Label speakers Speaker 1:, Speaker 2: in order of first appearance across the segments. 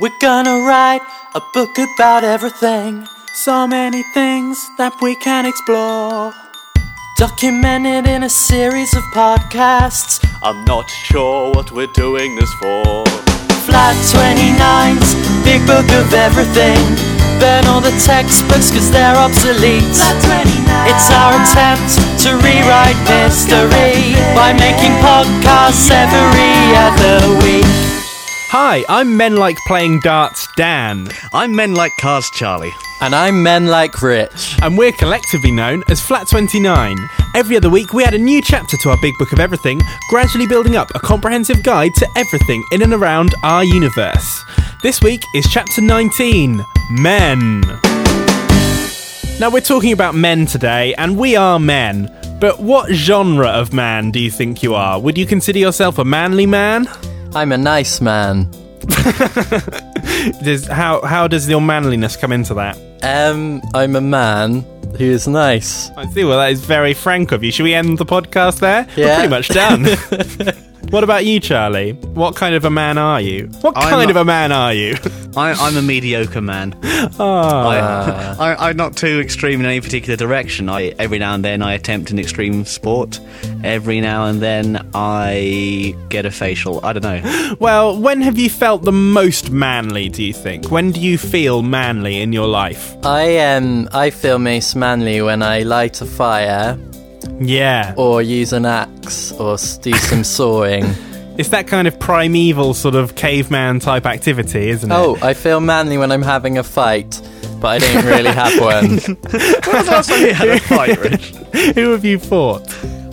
Speaker 1: We're gonna write a book about everything. So many things that we can explore. Documented in a series of podcasts. I'm not sure what we're doing this for. Flat 29's Big Book of Everything. Burn all the textbooks cause they're obsolete. It's our attempt to rewrite history by making podcasts every other week.
Speaker 2: Hi, I'm Men Like Playing Darts Dan,
Speaker 3: I'm men like cars, Charlie.
Speaker 4: And I'm men like Rich.
Speaker 2: and we're collectively known as Flat 29. Every other week, we add a new chapter to our Big Book of Everything, gradually building up a comprehensive guide to everything in and around our universe. This week is Chapter 19 Men. Now, we're talking about men today, and we are men. But what genre of man do you think you are? Would you consider yourself a manly man?
Speaker 4: I'm a nice man.
Speaker 2: Does, how, how does your manliness come into that?
Speaker 4: Um, I'm a man who is nice.
Speaker 2: I see. Well, that is very frank of you. Should we end the podcast there? We're
Speaker 4: Yeah.
Speaker 2: pretty much done. what about you, Charlie? What kind of a man are you? What
Speaker 3: I'm
Speaker 2: kind
Speaker 3: a-
Speaker 2: of a man are you?
Speaker 3: I, I'm a mediocre man. I, I, I'm not too extreme in any particular direction. I, every now and then I attempt an extreme sport. Every now and then I get a facial. I don't know.
Speaker 2: well, when have you felt the most manly, do you think? When do you feel manly in your life?
Speaker 4: I um, I feel most manly when I light a fire
Speaker 2: Yeah.
Speaker 4: or use an axe or s- do some sawing.
Speaker 2: It's that kind of primeval sort of caveman type activity, isn't it?
Speaker 4: Oh, I feel manly when I'm having a fight, but I don't really have one.
Speaker 2: Who have you fought?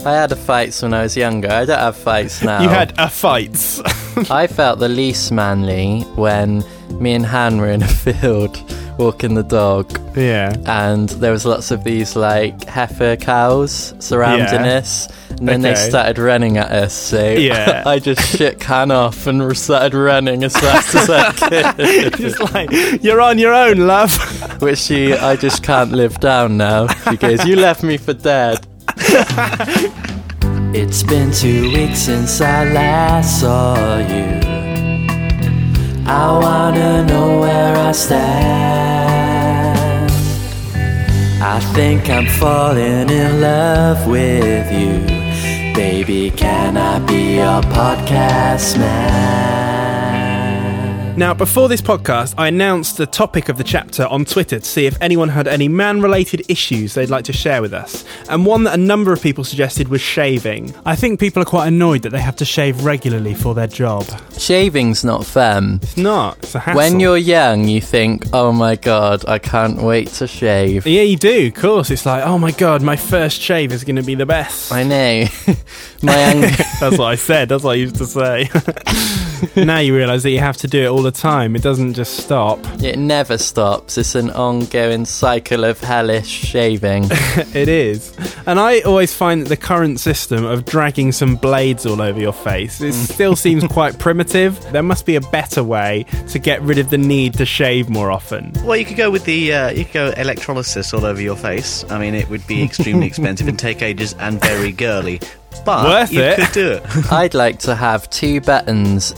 Speaker 4: I had a fights when I was younger. I don't have fights now.
Speaker 2: You had a fight.
Speaker 4: I felt the least manly when me and Han were in a field walking the dog.
Speaker 2: yeah.
Speaker 4: and there was lots of these like heifer cows surrounding
Speaker 2: Yeah.
Speaker 4: us and then they
Speaker 2: Okay.
Speaker 4: started running at us so
Speaker 2: Yeah.
Speaker 4: i just shook Han off and started running as fast as i could
Speaker 2: Just like, you're on your own, love.
Speaker 4: which she i just can't live down now she goes you left me for dead it's been two weeks since i last saw you i wanna know where i stand I think I'm falling in love with you. Baby, can I be your podcast man?
Speaker 2: Now, before this podcast, I announced the topic of the chapter on Twitter to see if anyone had any man related issues they'd like to share with us. And one that a number of people suggested was shaving.
Speaker 5: I think people are quite annoyed that they have to shave regularly for their job.
Speaker 4: Shaving's not fun.
Speaker 2: It's not, it's a hassle.
Speaker 4: When you're young, you think, oh my god, I can't wait to shave.
Speaker 2: Yeah, you do, of course. It's like, oh my god, my first shave is going to be the best.
Speaker 4: I know. my anger.
Speaker 2: That's what I said, that's what I used to say. now you realise that you have to do it all the time, it doesn't just stop.
Speaker 4: It never stops. It's an ongoing cycle of hellish shaving.
Speaker 2: It is. And I always find that the current system of dragging some blades all over your face it
Speaker 4: Mm.
Speaker 2: still seems quite primitive. There must be a better way to get rid of the need to shave more often.
Speaker 3: Well, you could go with the uh, you could go electrolysis all over your face. I mean, it would be extremely expensive and take ages and very girly. But
Speaker 2: Worth
Speaker 3: you
Speaker 2: it.
Speaker 3: could do it.
Speaker 4: I'd like to have two buttons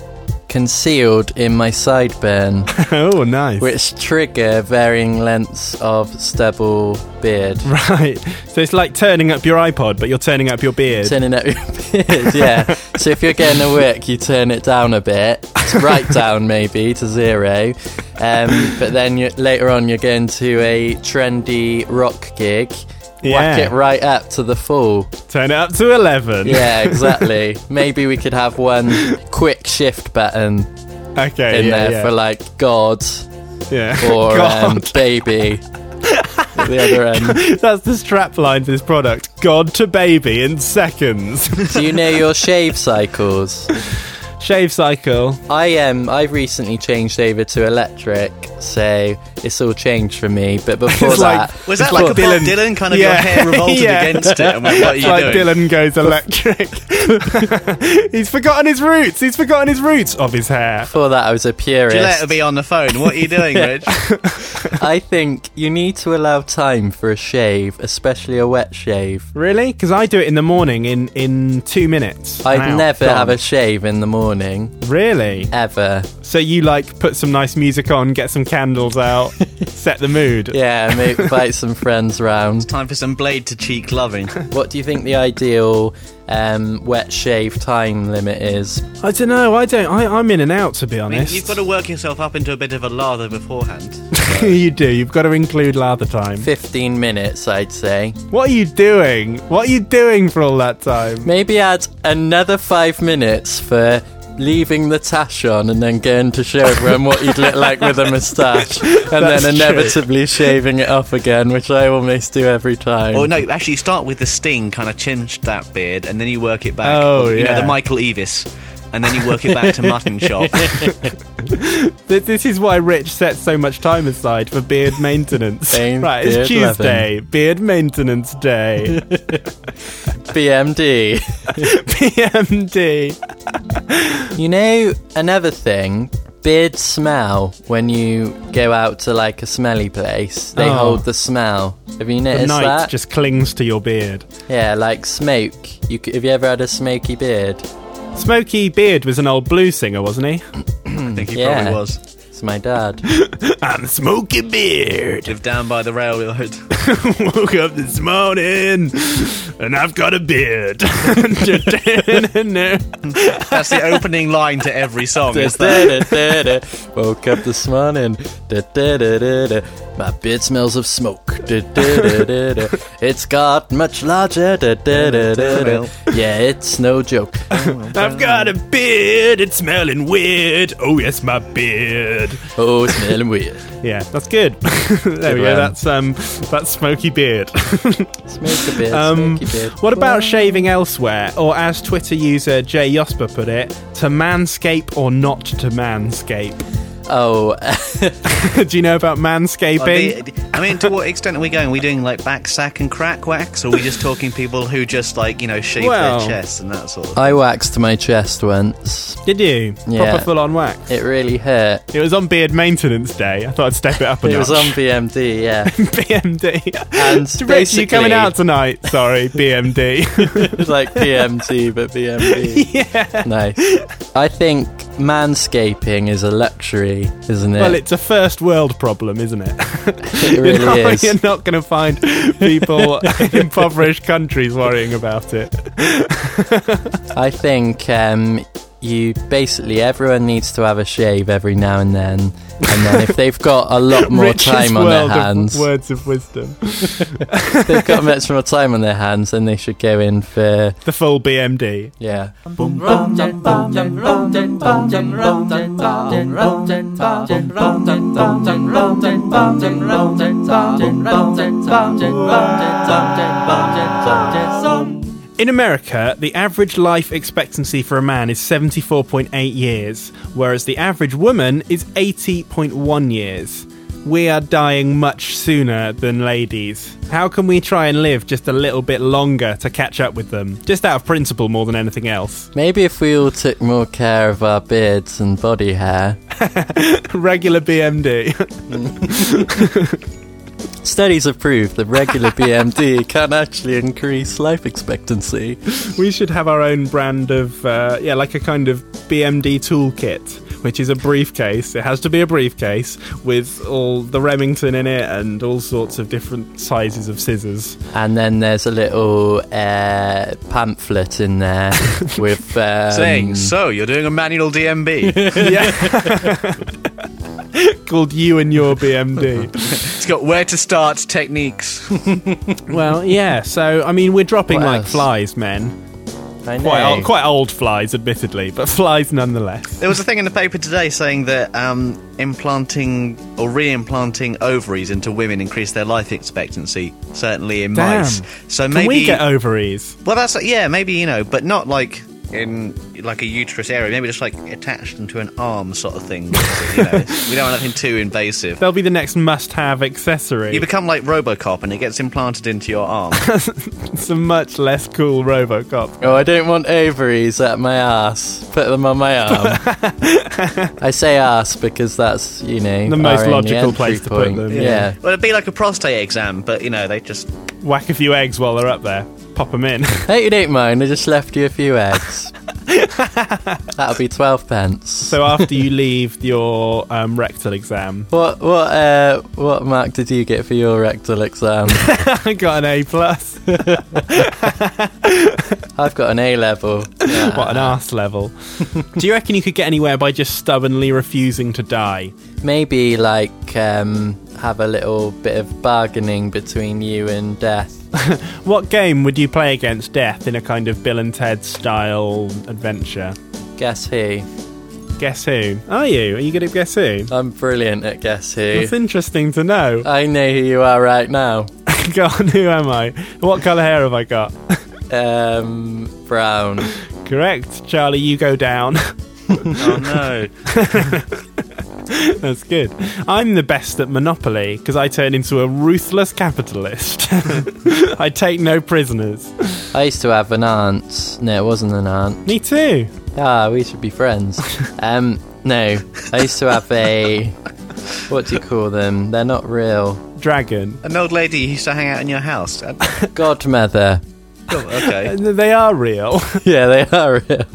Speaker 4: concealed in my sideburn.
Speaker 2: oh, nice.
Speaker 4: which trigger varying lengths of stubble beard.
Speaker 2: Right. So it's like turning up your iPod, but you're turning up your beard.
Speaker 4: Turning up your beard, yeah. so if you're getting to work, you turn it down a bit, It's right down maybe to zero. Um, but then you, later on, you're going to a trendy rock gig.
Speaker 2: Yeah.
Speaker 4: Whack it right up to the full.
Speaker 2: Turn it up to 11.
Speaker 4: Yeah, exactly. Maybe we could have one quick shift button
Speaker 2: Okay.
Speaker 4: in
Speaker 2: yeah,
Speaker 4: there
Speaker 2: yeah.
Speaker 4: for like God
Speaker 2: yeah.
Speaker 4: or
Speaker 2: Oh,
Speaker 4: um,
Speaker 2: God.
Speaker 4: baby at the other end.
Speaker 2: That's the strap line for this product. God to baby in seconds.
Speaker 4: Do you know your shave cycles?
Speaker 2: Shave cycle.
Speaker 4: I um I've recently changed over to electric, so it's all changed for me. But before
Speaker 2: It's like-
Speaker 4: that,
Speaker 3: Was that like a Bob Dylan kind of
Speaker 2: Yeah.
Speaker 3: your hair revolted
Speaker 2: Yeah.
Speaker 3: against it? I mean, what are you
Speaker 2: like
Speaker 3: doing?
Speaker 2: Dylan goes electric. He's forgotten his roots. He's forgotten his roots of his hair.
Speaker 4: before that I was a
Speaker 3: Gillette will
Speaker 4: purist.
Speaker 3: be on the phone. What are you doing, Rich?
Speaker 4: I think you need to allow time for a shave, especially a wet shave.
Speaker 2: Really? Because I do it in the morning in in two minutes.
Speaker 4: I'd
Speaker 2: Wow.
Speaker 4: never
Speaker 2: Gone.
Speaker 4: have a shave in the morning
Speaker 2: Really?
Speaker 4: ever.
Speaker 2: So you like put some nice music on, get some candles out, set the mood.
Speaker 4: Yeah, maybe invite some friends round.
Speaker 3: Time for some blade to cheek loving.
Speaker 4: What do you think the ideal um, wet shave time limit is?
Speaker 2: I don't know. I don't. I, I'm in and out to be
Speaker 3: I mean,
Speaker 2: honest.
Speaker 3: you've got to work yourself up into a bit of a lather beforehand.
Speaker 2: you do. You've got to include lather time.
Speaker 4: 15 minutes, I'd say.
Speaker 2: What are you doing? What are you doing for all that time?
Speaker 4: Maybe add another five minutes for leaving the tash on and then going to show everyone what you'd look like with a moustache and
Speaker 2: That's
Speaker 4: then
Speaker 2: true.
Speaker 4: inevitably shaving it off again, which I almost do every time.
Speaker 3: Or no, actually, you start with the sting, kind of chinch that beard, and then you work it back.
Speaker 2: Oh,
Speaker 3: you know,
Speaker 2: yeah.
Speaker 3: the Michael Evis, and then you work it back to mutton chop.
Speaker 2: Th- This is why Rich sets so much time aside for beard maintenance.
Speaker 4: Same
Speaker 2: right, it's
Speaker 4: beard
Speaker 2: Tuesday, beard maintenance day,
Speaker 4: BMD.
Speaker 2: PMD.
Speaker 4: You know, another thing, beard smell when you go out to like a smelly place, they
Speaker 2: Oh.
Speaker 4: hold the smell. Have
Speaker 2: The
Speaker 4: you noticed
Speaker 2: night
Speaker 4: that?
Speaker 2: just clings to your beard.
Speaker 4: Yeah, like smoke. You c- have you ever had a smoky beard?
Speaker 2: Smoky Beard was an old blues singer, wasn't he?
Speaker 3: I think he
Speaker 4: Yeah.
Speaker 3: probably was.
Speaker 4: It's my dad.
Speaker 2: I'm Smoky Beard.
Speaker 3: Lived down by the railroad.
Speaker 2: Woke up this morning and I've got a beard.
Speaker 3: That's the opening line to every song. Is that?
Speaker 4: Woke up this morning. Da-da-da-da-da. My beard smells of smoke. Da-da-da-da-da. It's got much larger. Da-da-da-da-da. Yeah, it's no joke.
Speaker 2: I've got a beard. It's smelling weird. Oh yes, my beard.
Speaker 4: Oh, smelling weird.
Speaker 2: Yeah, that's good. there we go.
Speaker 4: one.
Speaker 2: That's um, that's smoky beard.
Speaker 4: Smoky beard.
Speaker 2: Um,
Speaker 4: smoky beard.
Speaker 2: what about shaving elsewhere, or as Twitter user Jay Yosper put it, to manscape or not to manscape?
Speaker 4: Oh,
Speaker 2: Do you know about
Speaker 3: Are
Speaker 2: manscaping?
Speaker 3: they- I mean, to what extent are we going? Are we doing like back sack and crack wax, or are we just talking people who just like you know shave
Speaker 2: Well-
Speaker 3: their chests and that sort of?
Speaker 4: I waxed my chest once.
Speaker 2: Did you
Speaker 4: Yeah.
Speaker 2: proper full on wax?
Speaker 4: It really hurt.
Speaker 2: It was on beard maintenance day. I thought I'd step it up a
Speaker 4: It was on
Speaker 2: notch.
Speaker 4: BMD, yeah.
Speaker 2: BMD.
Speaker 4: And
Speaker 2: Rich, you coming
Speaker 4: basically-
Speaker 2: out tonight? Sorry, BMD.
Speaker 4: It's like PMT, but BMD. Yeah. Nice. I think manscaping is a luxury, isn't it?
Speaker 2: well, it's a first world problem, isn't it?
Speaker 4: it
Speaker 2: You're
Speaker 4: really
Speaker 2: not-
Speaker 4: is.
Speaker 2: You're not going to find people in impoverished countries worrying about it.
Speaker 4: I think um, you basically everyone needs to have a shave every now and then, and then if they've got a lot more
Speaker 2: Rich's
Speaker 4: time on their
Speaker 2: world of
Speaker 4: hands,
Speaker 2: words of wisdom.
Speaker 4: if they've got much more time on their hands, then they should go in for
Speaker 2: The full BMD.
Speaker 4: yeah.
Speaker 2: In America, the average life expectancy for a man is 74.8 years, whereas the average woman is 80.1 years. We are dying much sooner than ladies. How can we try and live just a little bit longer to catch up with them? Just out of principle more than anything else.
Speaker 4: Maybe if we all took more care of our beards and body hair.
Speaker 2: Regular BMD.
Speaker 4: Studies have proved that regular BMD can actually increase life expectancy.
Speaker 2: We should have our own brand of, uh, yeah, like a kind of BMD toolkit, which is a briefcase. It has to be a briefcase with all the Remington in it and all sorts of different sizes of scissors.
Speaker 4: And then there's a little uh, pamphlet in there with um,
Speaker 3: Saying so, you're doing a manual DMB.
Speaker 2: Yeah. Called You and Your BMD.
Speaker 3: it's got where to start techniques.
Speaker 2: well, yeah, so, I mean, we're dropping
Speaker 4: What
Speaker 2: like
Speaker 4: else?
Speaker 2: flies, men.
Speaker 4: I know.
Speaker 2: Quite, old, quite old flies, admittedly, but flies nonetheless.
Speaker 3: There was a thing in the paper today saying that um, implanting or re-implanting ovaries into women increased their life expectancy, certainly in
Speaker 2: Damn.
Speaker 3: mice. So
Speaker 2: Can
Speaker 3: maybe,
Speaker 2: we get ovaries?
Speaker 3: well, that's yeah, maybe you know, but not like in like a uterus area. Maybe just like attached into an arm sort of thing. you know, we don't want anything too invasive.
Speaker 2: They'll be the next must-have accessory.
Speaker 3: You become like RoboCop, and it gets implanted into your arm.
Speaker 2: It's a much less cool RoboCop.
Speaker 4: Oh, I don't want ovaries at my ass. Put them on my arm. I say ass because that's you know
Speaker 2: The most
Speaker 4: our only
Speaker 2: logical
Speaker 4: entry
Speaker 2: place to put
Speaker 4: point.
Speaker 2: them,
Speaker 4: Yeah.
Speaker 2: yeah.
Speaker 3: well, it'd be like a prostate exam, but you know, they just
Speaker 2: Whack a few eggs while they're up there. Pop them in.
Speaker 4: Hey, you don't mind. I just left you a few eggs. That'll be twelve pence.
Speaker 2: So after you leave your um, rectal exam,
Speaker 4: what what uh, what mark did you get for your rectal exam?
Speaker 2: I got an A plus.
Speaker 4: I've got an A level.
Speaker 2: what an arse level. Do you reckon you could get anywhere by just stubbornly refusing to die?
Speaker 4: Maybe like um, have a little bit of bargaining between you and death.
Speaker 2: What game would you play against death in a kind of Bill and Ted style adventure?
Speaker 4: Guess who?
Speaker 2: Guess who? Are you? Are you good at guess who?
Speaker 4: I'm brilliant at guess who.
Speaker 2: That's interesting to know.
Speaker 4: I know who you are right now.
Speaker 2: Go on, who am I? What colour hair have I got?
Speaker 4: Um, Brown.
Speaker 2: Correct, Charlie, you go down.
Speaker 3: Oh no.
Speaker 2: That's good. I'm the best at Monopoly because I turn into a ruthless capitalist. I take no prisoners.
Speaker 4: I used to have an aunt. No, it wasn't an aunt.
Speaker 2: Me too.
Speaker 4: Ah, we should be friends. Um, no, I used to have a. What do you call them? They're not real.
Speaker 2: Dragon.
Speaker 3: An old lady used to hang out in your house. Uh,
Speaker 4: Godmother.
Speaker 3: cool, okay.
Speaker 2: And They are real.
Speaker 4: Yeah, they are real.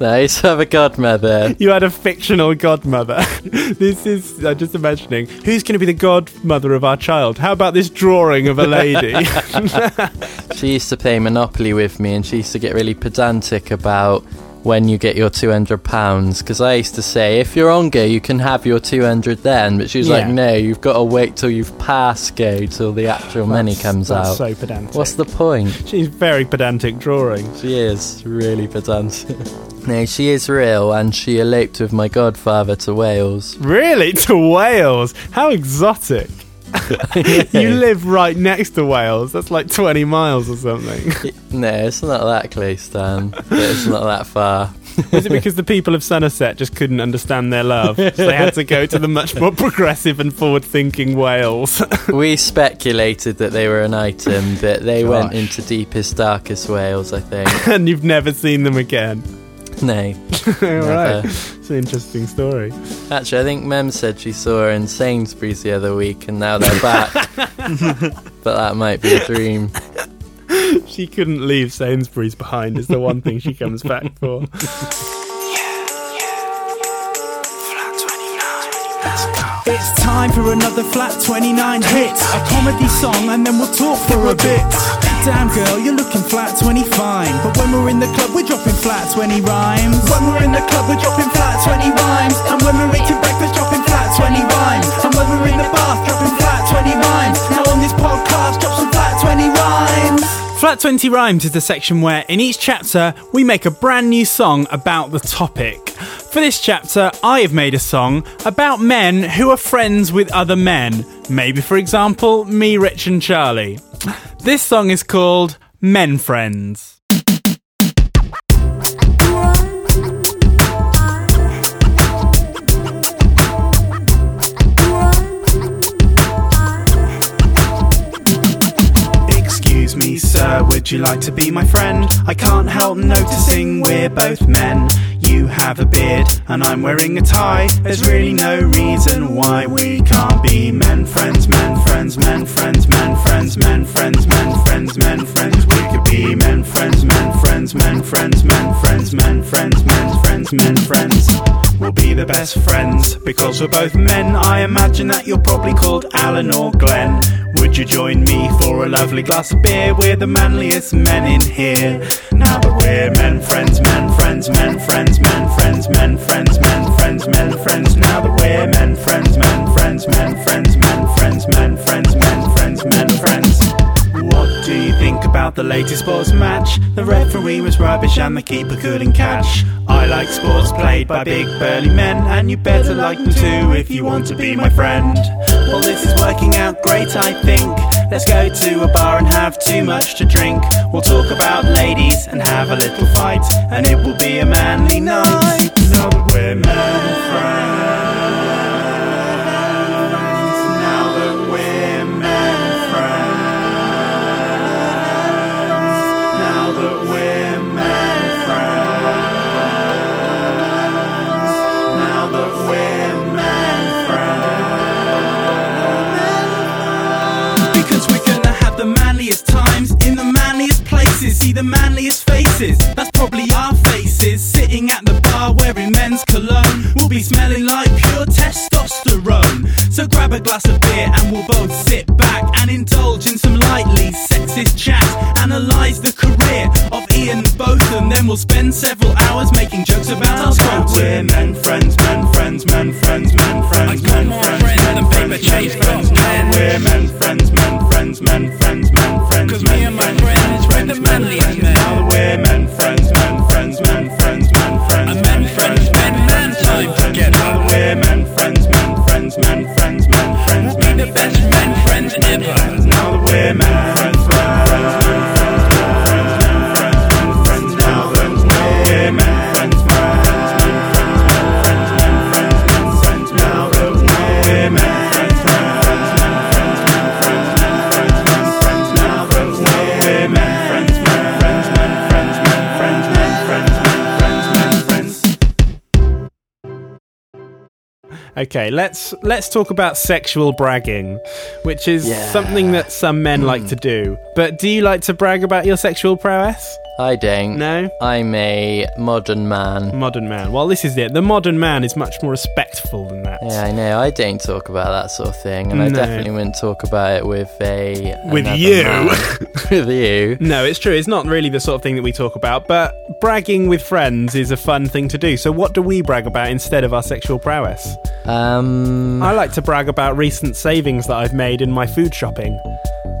Speaker 4: No, I used to have a godmother.
Speaker 2: You had a fictional godmother. this is, I'm just imagining, who's going to be the godmother of our child? How about this drawing of a lady?
Speaker 4: She used to play Monopoly with me, and she used to get really pedantic about when you get your two hundred pounds. Because I used to say, if you're on go, you can have your two hundred then. But she was like,
Speaker 2: Yeah.
Speaker 4: no, you've got to wait till you've passed go till the actual money comes
Speaker 2: That's
Speaker 4: out.
Speaker 2: so pedantic.
Speaker 4: What's the point?
Speaker 2: She's very pedantic drawings.
Speaker 4: She is really pedantic. no, she is real, and she eloped with my godfather to Wales.
Speaker 2: Really? To Wales? How exotic. You live right next to Wales. That's like 20 miles or something.
Speaker 4: No, it's not that close, Dan. It's not that far.
Speaker 2: Is it because the people of Somerset just couldn't understand their love? So they had to go to the much more progressive and forward thinking Wales.
Speaker 4: We speculated that they were an item, but they went into deepest, darkest Wales, I think.
Speaker 2: and you've never seen them again.
Speaker 4: no.
Speaker 2: All right.
Speaker 4: Never.
Speaker 2: It's an interesting story.
Speaker 4: Actually, I think Mem said she saw her in Sainsbury's the other week and now they're back. but that might be a dream.
Speaker 2: She couldn't leave Sainsbury's behind, is the one thing she comes back for.
Speaker 5: It's time for another Flat 29 hit. A comedy song, and then we'll talk for a bit. Damn girl, you're looking flat 20 fine. But when we're in the club, we're dropping flat 20 rhymes. When we're in the club, we're dropping flat 20 rhymes. And when we're eating breakfast, dropping flat 20 rhymes. And when we're in the bath, dropping flat 20 rhymes. Now on this podcast, drop some flat 20 rhymes.
Speaker 2: Flat 20 Rhymes is the section where, in each chapter, we make a brand new song about the topic. For this chapter, I have made a song about men who are friends with other men. Maybe, for example, me, Rich, and Charlie. This song is called Men Friends.
Speaker 5: Excuse me, sir, would you like to be my friend? I can't help noticing we're both men. You have a beard and I'm wearing a tie. There's really no reason why we can't be men friends, men friends, men friends, men friends, men friends, men friends, men friends. We could be men friends, men friends, men friends, men friends, men friends, men friends, men friends. We'll be the best friends because we're both men. I imagine that you're probably called Alan or Glenn. Would you join me for a lovely glass of beer? We're the manliest men in here. Now that we're men friends, men friends, men friends, men friends, men friends, men friends, men friends. Now that we're men friends, men friends, men friends, men friends, men friends, men friends, men friends. What do you think about the latest sports match? The referee was rubbish and the keeper couldn't catch. I like sports played by big burly men, and you better like them too if you want to be my friend. Well, this is working out great, I think. Let's go to a bar and have too much to drink. We'll talk about ladies and have a little fight, and it will be a manly night. Now that we're men friends. Now that we're men friends. Now that we're men friends. Now that we're men friends. Because we're gonna have the manliest times in the manliest places. See the manliest faces. That's probably our faces. Sitting So grab a glass of beer and we'll both sit back and indulge in some lightly sexist chat. Analyze the career of Ian Botham, then we'll spend several hours making jokes about our throats. We're men, friends, men, friends, men, friends, men, friends, men, friends, men, friends, men, friends, men. We're men, friends, men, friends, men, friends, men, friends, Cause me and my friends, friends, men, friends, men. We're men, friends, men, friends, men, friends, men, friends, men, friends, men, men. Time to get on. We're men, friends, men, friends, men, friends, men, friends, men. Be the best men, friends ever. Now that we're men, friends, men, friends, men, friends, men, friends, men, friends, men, friends. Now that we're men, friends, men, friends, men, friends, men, friends, men, friends, men, friends. Now that we're men, friends, men, friends, men, friends, men, friends, men, friends, men, friends. Now that we're men, friends, men, friends, men, friends, men, friends, men, friends, men, friends, men, friends.
Speaker 2: Okay, let's let's talk about sexual bragging, which is
Speaker 4: Yeah.
Speaker 2: something that some men like to do. But do you like to brag about your sexual prowess?
Speaker 4: I don't.
Speaker 2: No? Mm.
Speaker 4: I'm a modern man.
Speaker 2: Modern man. Well, this is it. The modern man is much more respectful than that.
Speaker 4: Yeah, I know. I don't talk about that sort of thing, and I
Speaker 2: No.
Speaker 4: definitely wouldn't talk about it with a
Speaker 2: With
Speaker 4: another
Speaker 2: you.
Speaker 4: man. with you.
Speaker 2: No, it's true. It's not really the sort of thing that we talk about, but bragging with friends is a fun thing to do. So, what do we brag about instead of our sexual prowess?
Speaker 4: Um,
Speaker 2: I like to brag about recent savings that I've made in my food shopping.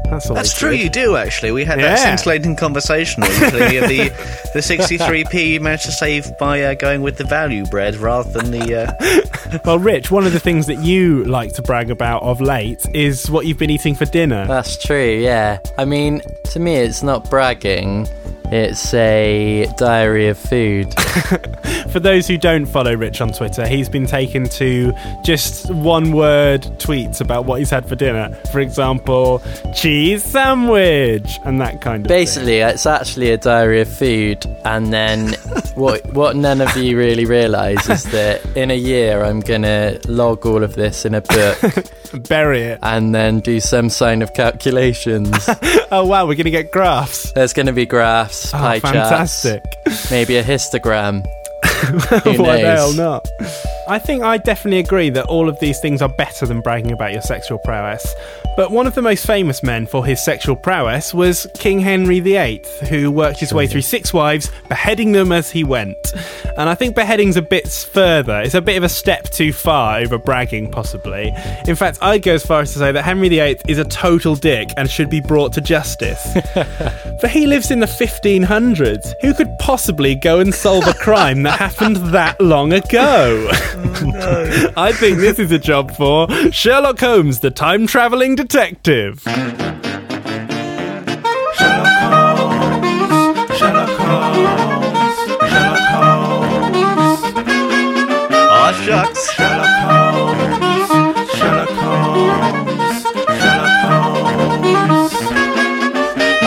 Speaker 2: That's all.
Speaker 3: That's true. You do actually. We had
Speaker 2: Yeah.
Speaker 3: that scintillating conversation. Actually, the the sixty three p you managed to save by uh, going with the value bread rather than the. Uh,
Speaker 2: Well, Rich, one of the things that you like to brag about of late is what you've been eating for dinner.
Speaker 4: that's true. Yeah. I mean, to me, it's not bragging. It's a diary of food.
Speaker 2: For those who don't follow Rich on Twitter, he's been taken to just one word tweets about what he's had for dinner. For example, cheese sandwich and that kind of thing.
Speaker 4: Basically, it's actually a diary of food, and then what what none of you really realise is that in a year I'm gonna log all of this in a book,
Speaker 2: Bury it.
Speaker 4: and then do some sign of calculations.
Speaker 2: Oh wow, we're gonna get graphs.
Speaker 4: There's gonna be graphs,
Speaker 2: Oh,
Speaker 4: pie
Speaker 2: fantastic.
Speaker 4: charts, maybe a histogram. Who
Speaker 2: Why the hell
Speaker 4: knows?
Speaker 2: not? I think I definitely agree that all of these things are better than bragging about your sexual prowess. But one of the most famous men for his sexual prowess was King Henry VIII, who worked his way through six wives, beheading them as he went. And I think beheading's a bit further. It's a bit of a step too far over bragging, possibly. In fact, I'd go as far as to say that Henry VIII is a total dick and should be brought to justice. But he lives in the 1500s. Who could possibly go and solve a crime that happened that long ago? I think this is a job for Sherlock Holmes, the time traveling detective.
Speaker 3: Aw, shucks.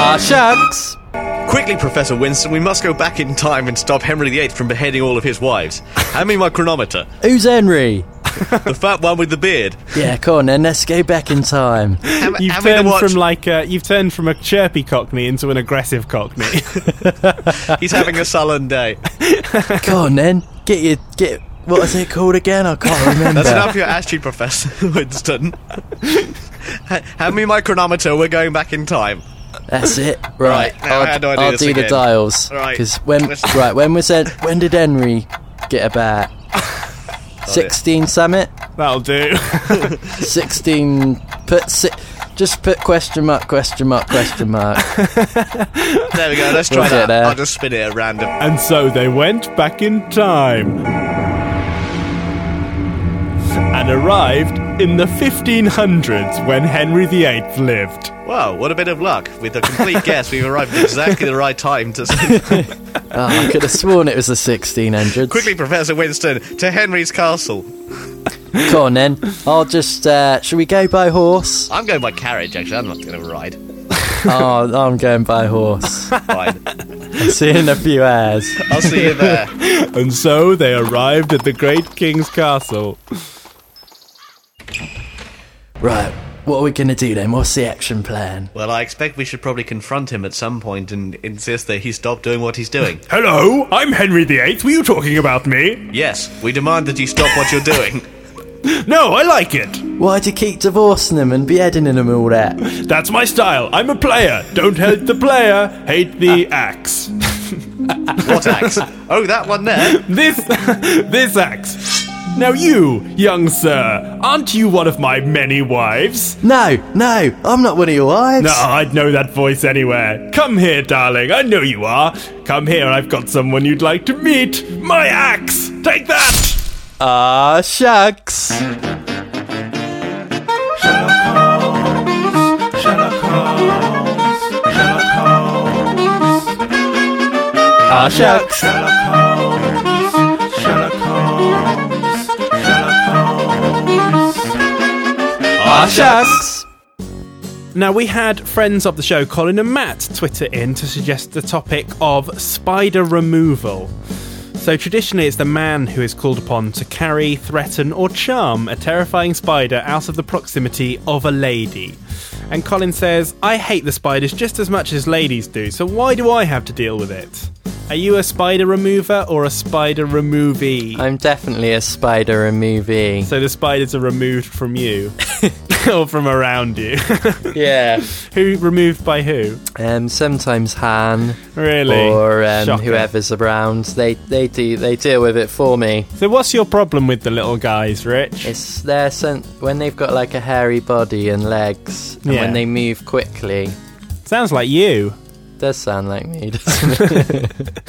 Speaker 4: Ah, shucks.
Speaker 3: Quickly, Professor Winston, we must go back in time and stop Henry VIII from beheading all of his wives. Hand me my chronometer.
Speaker 4: Who's Henry?
Speaker 3: The fat one with the beard.
Speaker 4: Yeah, come on, then let's go back in time.
Speaker 3: Have,
Speaker 2: You've
Speaker 3: have me the
Speaker 2: turned
Speaker 3: watch.
Speaker 2: from like a, you've turned from a chirpy cockney into an aggressive cockney.
Speaker 3: He's having a sullen day.
Speaker 4: Come on, then get your get. What is it called again? I can't remember.
Speaker 3: That's enough for your attitude, Professor Winston. Ha- Hand me my chronometer. We're going back in time.
Speaker 4: That's it.
Speaker 3: Right,
Speaker 4: Right.
Speaker 3: now
Speaker 4: I'll,
Speaker 3: how do I do
Speaker 4: I'll
Speaker 3: this
Speaker 4: the
Speaker 3: again?
Speaker 4: dials.
Speaker 3: Right,
Speaker 4: Because when
Speaker 3: let's-
Speaker 4: right when was it? When did Henry get about sixteen summit?
Speaker 2: That'll do.
Speaker 4: Sixteen. Put si- just put question mark question mark question mark.
Speaker 3: There we go. Let's try
Speaker 4: We'll get
Speaker 3: that.
Speaker 4: there.
Speaker 3: I'll just spin it at random.
Speaker 2: and so they went back in time and arrived in the 1500s when Henry VIII lived.
Speaker 3: Wow, what a bit of luck. With a complete guess, we've arrived at exactly the right time to.
Speaker 4: Oh, I could have sworn it was the sixteen hundreds.
Speaker 3: Quickly, Professor Winston, to Henry's castle.
Speaker 4: Come on then. I'll just. Uh, should we go by horse?
Speaker 3: I'm going by carriage, actually. I'm not going to ride.
Speaker 4: oh, I'm going by horse.
Speaker 3: Fine.
Speaker 4: See you in a few hours.
Speaker 3: I'll see you there.
Speaker 2: And so they arrived at the great king's castle.
Speaker 4: Right. What are we gonna do then? What's the action plan?
Speaker 3: Well, I expect we should probably confront him at some point and insist that he stop doing what he's doing.
Speaker 2: Hello, I'm Henry VIII. Were you talking about me?
Speaker 3: yes, we demand that you stop what you're doing.
Speaker 2: No, I like it.
Speaker 4: Why do you keep divorcing them and beheading them and all that?
Speaker 2: That's my style. I'm a player. Don't hate the player, hate the axe.
Speaker 3: What axe? oh, that one there.
Speaker 2: This, this axe. Now you, young sir, aren't you one of my many wives?
Speaker 4: No, no, I'm not one of your wives.
Speaker 2: No, I'd know that voice anywhere. Come here, darling. I know you are. Come here. I've got someone you'd like to meet. My axe. Take that.
Speaker 4: Ah, shucks. Ah, Ah, shucks. Ah, shucks.
Speaker 2: Now, we had friends of the show, Colin and Matt, Twitter in to suggest the topic of spider removal. So, traditionally, it's the man who is called upon to carry, threaten, or charm a terrifying spider out of the proximity of a lady. And Colin says, I hate the spiders just as much as ladies do, so why do I have to deal with it? Are you a spider remover or a spider removee?
Speaker 4: I'm definitely a spider in movie.
Speaker 2: so the spiders are removed from you or from around you.
Speaker 4: Yeah.
Speaker 2: who removed by who?
Speaker 4: Um, sometimes Han
Speaker 2: Really?
Speaker 4: or um,
Speaker 2: Shocker.
Speaker 4: whoever's around, they they do they deal with it for me.
Speaker 2: So, what's your problem with the little guys, Rich?
Speaker 4: It's their sen- when they've got like a hairy body and legs, and
Speaker 2: Yeah.
Speaker 4: when they move quickly,
Speaker 2: Sounds like you.
Speaker 4: does sound like me, doesn't it?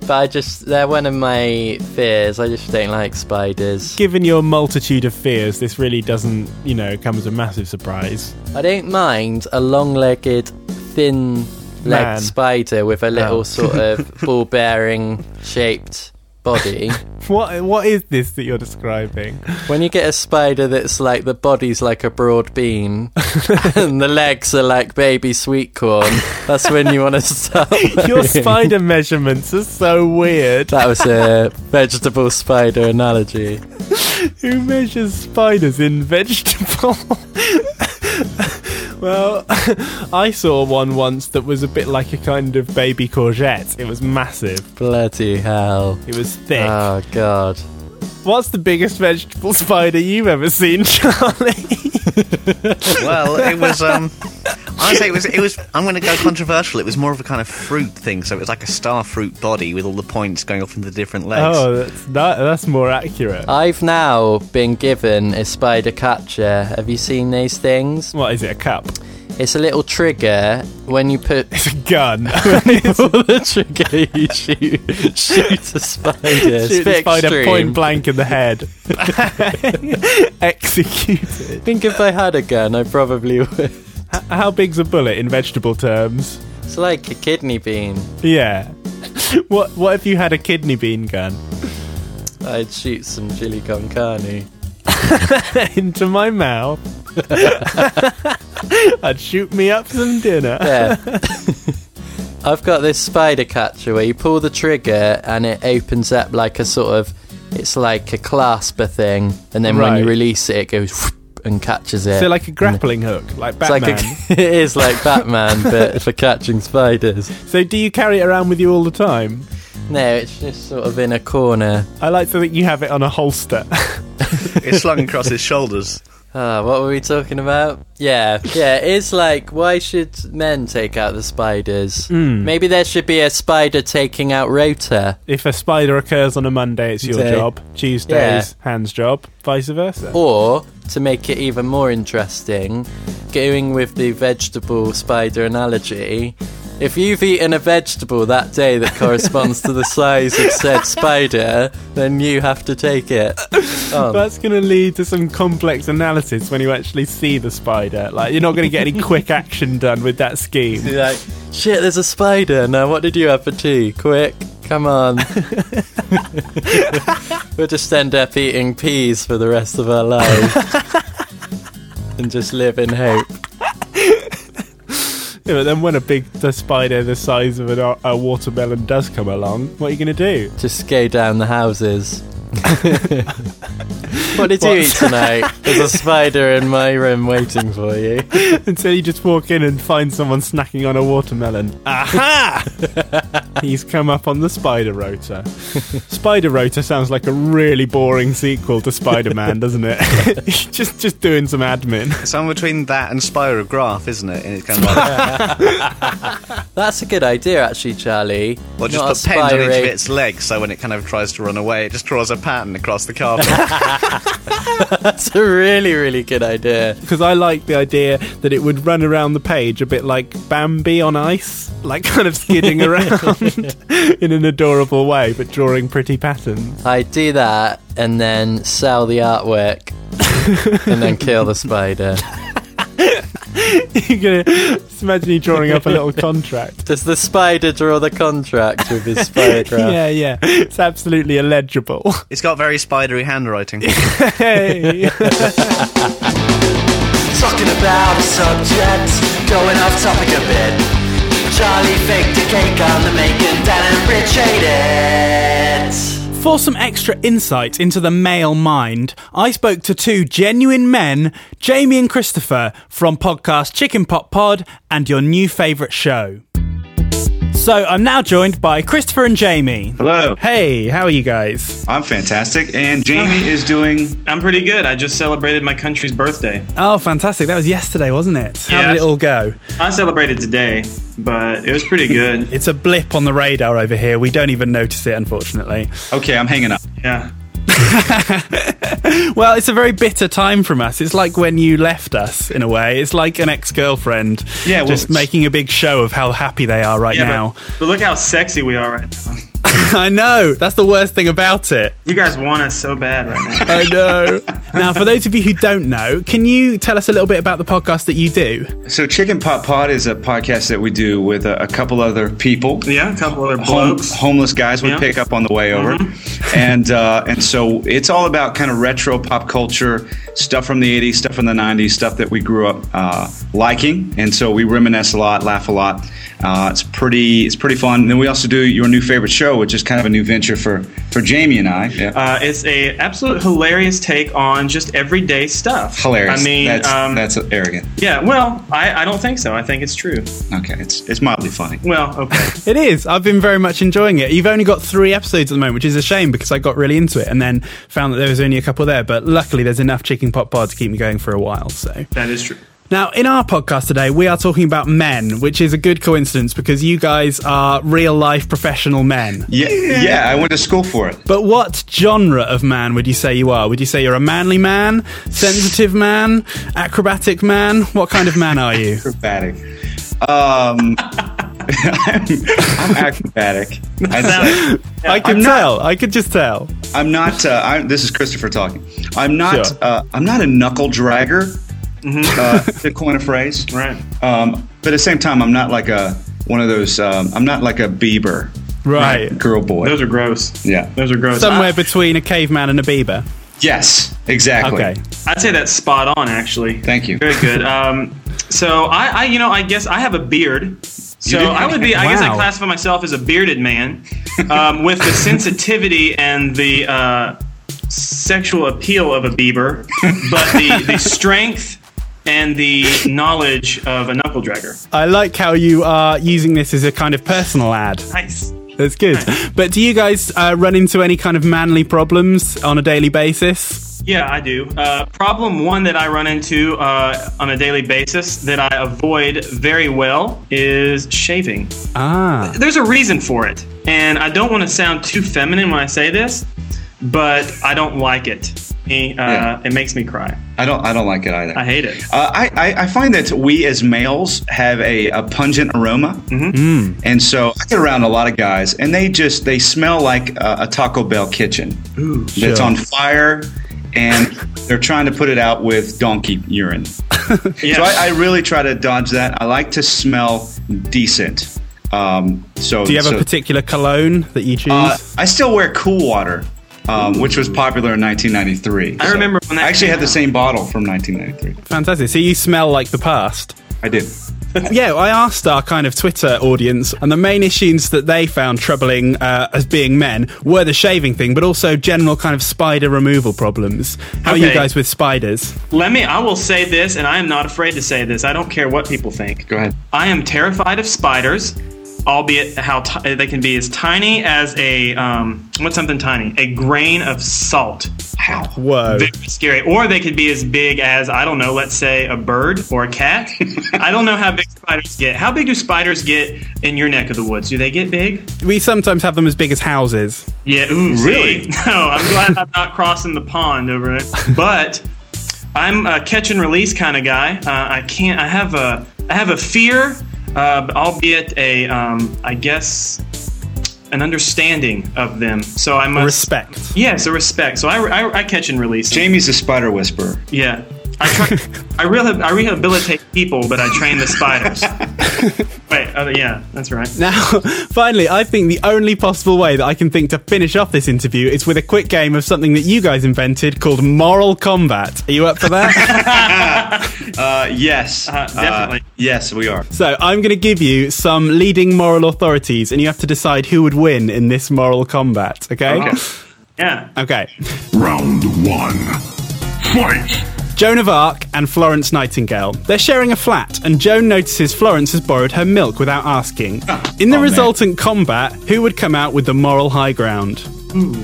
Speaker 4: but I just they're one of my fears. I just don't like spiders.
Speaker 2: Given your multitude of fears, this really doesn't, you know, come as a massive surprise.
Speaker 4: I don't mind a long-legged,
Speaker 2: Man.
Speaker 4: thin-legged spider with a little
Speaker 2: Oh.
Speaker 4: sort of ball-bearing shaped body.
Speaker 2: What What is this that you're describing?
Speaker 4: When you get a spider that's like the body's like a broad bean and the legs are like baby sweet corn, that's when you want to stop.
Speaker 2: Your spider measurements are so weird.
Speaker 4: That was a vegetable spider analogy.
Speaker 2: Who measures spiders in vegetable? well, I saw one once that was a bit like a kind of baby courgette. It was massive.
Speaker 4: Bloody hell.
Speaker 2: It was thick.
Speaker 4: Oh, God.
Speaker 2: What's the biggest vegetable spider you've ever seen, Charlie?
Speaker 3: Well, it was. Um, I say it was. It was. I'm going to go controversial. It was more of a kind of fruit thing. So it was like a star fruit body with all the points going off into the different legs.
Speaker 2: oh, that's that, that's more accurate.
Speaker 4: I've now been given a spider catcher. Have you seen these things?
Speaker 2: What is it? A cup?
Speaker 4: It's a little trigger. When you put
Speaker 2: It's a gun.
Speaker 4: pull the trigger, you shoot, shoot a spider. It's a
Speaker 2: Shoot the
Speaker 4: bit
Speaker 2: spider
Speaker 4: extreme.
Speaker 2: point blank in the head. Executed.
Speaker 4: I think if I had a gun, I probably would.
Speaker 2: How big's a bullet in vegetable terms?
Speaker 4: It's like a kidney bean.
Speaker 2: Yeah. What What if you had a kidney bean gun
Speaker 4: I'd shoot some chili con carne.
Speaker 2: into my mouth? I'd shoot me up some dinner.
Speaker 4: Yeah. I've got this spider catcher where you pull the trigger and it opens up like a sort of, it's like a clasper thing, and then when you
Speaker 2: Right.
Speaker 4: release it, it goes and catches it.
Speaker 2: So like a grappling hook, like
Speaker 4: It's
Speaker 2: Batman.
Speaker 4: like a- it is like Batman, but for catching spiders.
Speaker 2: so do you carry it around with you all the time?
Speaker 4: No, it's just sort of in a corner.
Speaker 2: I like to think you have it on a holster.
Speaker 3: It's slung across his shoulders.
Speaker 4: Ah, what were we talking about? Yeah, yeah, it's like, why should men take out the spiders? Maybe there should be a spider taking out Rota.
Speaker 2: if a spider occurs on a Monday, it's your
Speaker 4: Day.
Speaker 2: job. Tuesday's Hans' job, vice versa.
Speaker 4: Or, to make it even more interesting, going with the vegetable spider analogy, if you've eaten a vegetable that day that corresponds to the size of said spider, then you have to take it. Um,
Speaker 2: That's going to lead to some complex analysis when you actually see the spider. Like, you're not going to get any quick action done with that scheme.
Speaker 4: be like, shit, there's a spider. Now, what did you have for tea? Quick, come on. we'll just end up eating peas for the rest of our lives and just live in hope.
Speaker 2: Yeah, but then when a big the spider the size of an, o- a watermelon does come along, what are you going to do?
Speaker 4: Just go down the houses. What did you eat tonight? There's a spider in my room waiting for you.
Speaker 2: Until you just walk in and find someone snacking on a watermelon. Aha! He's come up on the Spider Rotor. Spider Rotor sounds like a really boring sequel to Spider Man, doesn't it? just just doing some admin.
Speaker 3: Somewhere between that and Spirograph, isn't it? And it's kind of like,
Speaker 4: That's a good idea, actually, Charlie.
Speaker 3: or just
Speaker 4: Not
Speaker 3: put
Speaker 4: a
Speaker 3: pens on each
Speaker 4: spirate-
Speaker 3: of its legs, so when it kind of tries to run away, it just draws a pattern across the carpet.
Speaker 4: That's a really, really good idea.
Speaker 2: Because I like the idea that it would run around the page a bit like Bambi on ice, like kind of skidding around in an adorable way, but drawing pretty patterns.
Speaker 4: I do that and then sell the artwork and then kill the spider.
Speaker 2: You're gonna just imagine you drawing up a little contract.
Speaker 4: Does the spider draw the contract with his spirograph?
Speaker 2: Yeah, yeah. It's absolutely illegible.
Speaker 3: it's got very spidery handwriting.
Speaker 2: Hey.
Speaker 6: Talking about a subject, going off topic a bit. Charlie faked a cake on the making, Dan and Rich ate it.
Speaker 5: For some extra insight into the male mind, I spoke to two genuine men, Jamie and Christopher, from podcast Chicken Pot Pod and your new favourite show. So I'm now joined by Christopher and Jamie.
Speaker 7: Hello.
Speaker 2: hey, how are you guys?
Speaker 7: I'm fantastic. And Jamie is doing, I'm pretty good. I just celebrated my country's birthday.
Speaker 2: Oh, fantastic. That was yesterday, wasn't it? How did
Speaker 7: Yes.
Speaker 2: it all go?
Speaker 7: I celebrated today, but it was pretty good.
Speaker 2: It's a blip on the radar over here. We don't even notice it, unfortunately.
Speaker 7: okay, I'm hanging up. Yeah.
Speaker 2: Well, it's a very bitter time from us. It's like when you left us, in a way. It's like an ex girlfriend
Speaker 7: Yeah, well,
Speaker 2: just
Speaker 7: it's-
Speaker 2: making a big show of how happy they are right
Speaker 7: Yeah,
Speaker 2: now.
Speaker 7: But, but look how sexy we are right now.
Speaker 2: I know. That's the worst thing about it.
Speaker 7: You guys want us so bad right now.
Speaker 2: I know. now, for those of you who don't know, can you tell us a little bit about the podcast that you do?
Speaker 8: So, Chicken Pot Pod is a podcast that we do with a, a couple other people.
Speaker 7: yeah, a couple other
Speaker 8: Home,
Speaker 7: blokes.
Speaker 8: homeless guys we
Speaker 7: Yeah. Mm-hmm.
Speaker 8: pick up on the way over, and uh, and so it's all about kind of retro pop culture stuff from the '80s, stuff from the '90s, stuff that we grew up uh, liking, and so we reminisce a lot, laugh a lot. Uh, it's pretty, it's pretty fun. And then we also do your new favorite show, which is kind of a new venture for for Jamie and I. Yeah.
Speaker 7: Uh, it's a absolute hilarious take on just everyday stuff.
Speaker 8: Hilarious.
Speaker 7: I mean,
Speaker 8: that's,
Speaker 7: um,
Speaker 8: that's arrogant.
Speaker 7: yeah. Well, I, I don't think so. I think it's true.
Speaker 8: Okay, it's it's mildly funny.
Speaker 7: Well, okay.
Speaker 2: It is. I've been very much enjoying it. You've only got three episodes at the moment, which is a shame because I got really into it and then found that there was only a couple there. But luckily, there's enough chicken pot pod to keep me going for a while. So
Speaker 7: that is true.
Speaker 2: now, in our podcast today, we are talking about men, which is a good coincidence because you guys are real life professional men.
Speaker 8: Yeah, yeah, I went to school for it.
Speaker 2: But what genre of man would you say you are? Would you say you're a manly man, sensitive man, acrobatic man? What kind of man are you?
Speaker 8: acrobatic. Um, I'm, I'm acrobatic. I'd say.
Speaker 2: I could tell. I could just tell.
Speaker 8: I'm not. Uh, I'm, this is Christopher talking. I'm not.
Speaker 2: Sure.
Speaker 8: Uh, I'm not a knuckle dragger. Uh, to coin a phrase,
Speaker 7: Mm-hmm. Right.
Speaker 8: Um, but at the same time, I'm not like a one of those. Um, I'm not like a Bieber
Speaker 2: Right.
Speaker 8: girl boy.
Speaker 7: Those are gross.
Speaker 8: Yeah.
Speaker 7: Those are gross.
Speaker 2: Somewhere
Speaker 8: Ah.
Speaker 2: between a caveman and a Bieber.
Speaker 8: yes, exactly.
Speaker 2: Okay.
Speaker 7: I'd say that's spot on, actually.
Speaker 8: Thank you.
Speaker 7: Very good. Um, so I, I, you know, I guess I have a beard. So
Speaker 8: do?
Speaker 7: I would be. I guess I
Speaker 2: Wow.
Speaker 7: classify myself as a bearded man, um, with the sensitivity and the uh, sexual appeal of a Bieber, but the, the strength and the knowledge of a knuckle dragger.
Speaker 2: I like how you are using this as a kind of personal ad.
Speaker 7: Nice.
Speaker 2: That's good. But do you guys uh, run into any kind of manly problems on a daily basis?
Speaker 7: Yeah, I do. Uh, problem one that I run into uh, on a daily basis that I avoid very well is shaving.
Speaker 2: Ah,
Speaker 7: there's a reason for it. And I don't want to sound too feminine when I say this, but I don't like it. Eh, Uh,
Speaker 8: Yeah.
Speaker 7: It makes me cry.
Speaker 8: I don't. I don't like it either.
Speaker 7: I hate it.
Speaker 8: Uh, I, I, I find that we as males have a, a pungent aroma,
Speaker 7: Mm-hmm.
Speaker 2: Mm.
Speaker 8: and so I get around a lot of guys, and they just they smell like a, a Taco Bell kitchen that's on fire, and they're trying to put it out with donkey urine.
Speaker 7: Yeah.
Speaker 8: So I, I really try to dodge that. I like to smell decent. Um, so
Speaker 2: do you have
Speaker 8: so-
Speaker 2: a particular cologne that you choose?
Speaker 8: uh, I still wear Cool Water. Um, which was popular in 1993.
Speaker 7: I remember when that
Speaker 8: I actually
Speaker 7: came
Speaker 8: had the
Speaker 7: out.
Speaker 8: same bottle from 1993.
Speaker 2: Fantastic. So you smell like the past.
Speaker 8: I do.
Speaker 2: yeah, I asked our kind of Twitter audience, and the main issues that they found troubling uh, as being men were the shaving thing, but also general kind of spider removal problems. How are you
Speaker 7: Okay.
Speaker 2: guys with spiders?
Speaker 7: Let me, I will say this, and I am not afraid to say this. I don't care what people think.
Speaker 8: Go ahead.
Speaker 7: I am terrified of spiders, albeit how ti they can be as tiny as a um, what's something tiny? A grain of salt.
Speaker 8: How?
Speaker 2: Whoa.
Speaker 7: Very scary. Or they could be as big as I don't know. Let's say a bird or a cat. I don't know how big spiders get. How big do spiders get in your neck of the woods? Do they get big?
Speaker 2: We sometimes have them as big as houses.
Speaker 7: Yeah. Ooh, see?
Speaker 8: Really?
Speaker 7: No, I'm glad I'm not crossing the pond over it. But I'm a catch and release kind of guy. Uh, I can't. I have a. I have a fear, uh, albeit a. Um, I guess an understanding of them. So I must.
Speaker 2: Respect.
Speaker 7: Yes, a respect. So I, I, I catch and release. them.
Speaker 8: Jamie's a spider whisperer.
Speaker 7: Yeah. I try, I, rehab, I rehabilitate people, but I train the spiders. Wait. Uh, yeah, that's right.
Speaker 2: Now, finally, I think the only possible way that I can think to finish off this interview is with a quick game of something that you guys invented called Moral Combat. Are you up for that?
Speaker 8: Uh, yes.
Speaker 7: Uh, definitely.
Speaker 8: yes, we are.
Speaker 2: so, I'm going to give you some leading moral authorities, and you have to decide who would win in this moral combat, okay?
Speaker 8: Okay.
Speaker 7: Yeah.
Speaker 2: Okay.
Speaker 9: Round one. Fight!
Speaker 2: Joan of Arc and Florence Nightingale. They're sharing a flat, and Joan notices Florence has borrowed her milk without asking. In the
Speaker 8: Oh, man.
Speaker 2: resultant combat, who would come out with the moral high ground?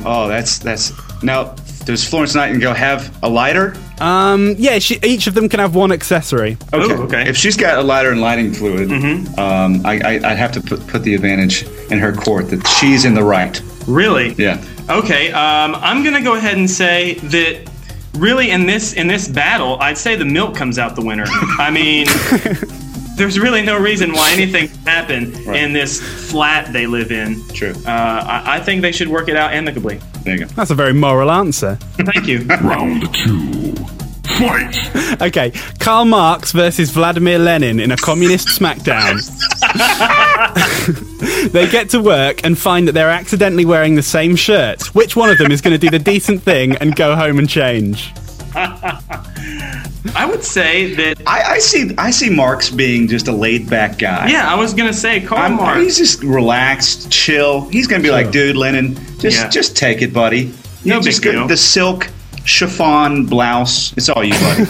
Speaker 8: Oh, that's that's. Now, does Florence Nightingale have a lighter?
Speaker 2: Um, yeah, she, each of them can have one accessory.
Speaker 8: Okay.
Speaker 7: Ooh, Oh, okay. Mm-hmm.
Speaker 8: If she's got a lighter and lighting fluid, um, I, I, I'd have to put, put the advantage in her court that she's in the right.
Speaker 7: Really?
Speaker 8: Yeah.
Speaker 7: Okay, um, I'm gonna go ahead and say that really in this in this battle, I'd say the milk comes out the winner. I mean, there's really no reason why anything could happen in this flat they live in.
Speaker 8: True.
Speaker 7: Uh, I, I think they should work it out amicably.
Speaker 8: There you go.
Speaker 2: That's a very moral answer.
Speaker 7: Thank you.
Speaker 9: Round two. Fight!
Speaker 2: Okay, Karl Marx versus Vladimir Lenin in a communist smackdown. they get to work and find that they're accidentally wearing the same shirt. Which one of them is going to do the decent thing and go home and change?
Speaker 7: I would say that.
Speaker 8: I, I see. I see Marks being just a laid-back guy.
Speaker 7: Yeah, I was gonna say Karl
Speaker 8: I'm,
Speaker 7: Marx.
Speaker 8: He's just relaxed, chill. He's gonna be like, dude, Lennon, just
Speaker 7: Yeah.
Speaker 8: just take it, buddy. You
Speaker 7: No big
Speaker 8: just
Speaker 7: deal.
Speaker 8: The silk chiffon blouse. It's all you, buddy.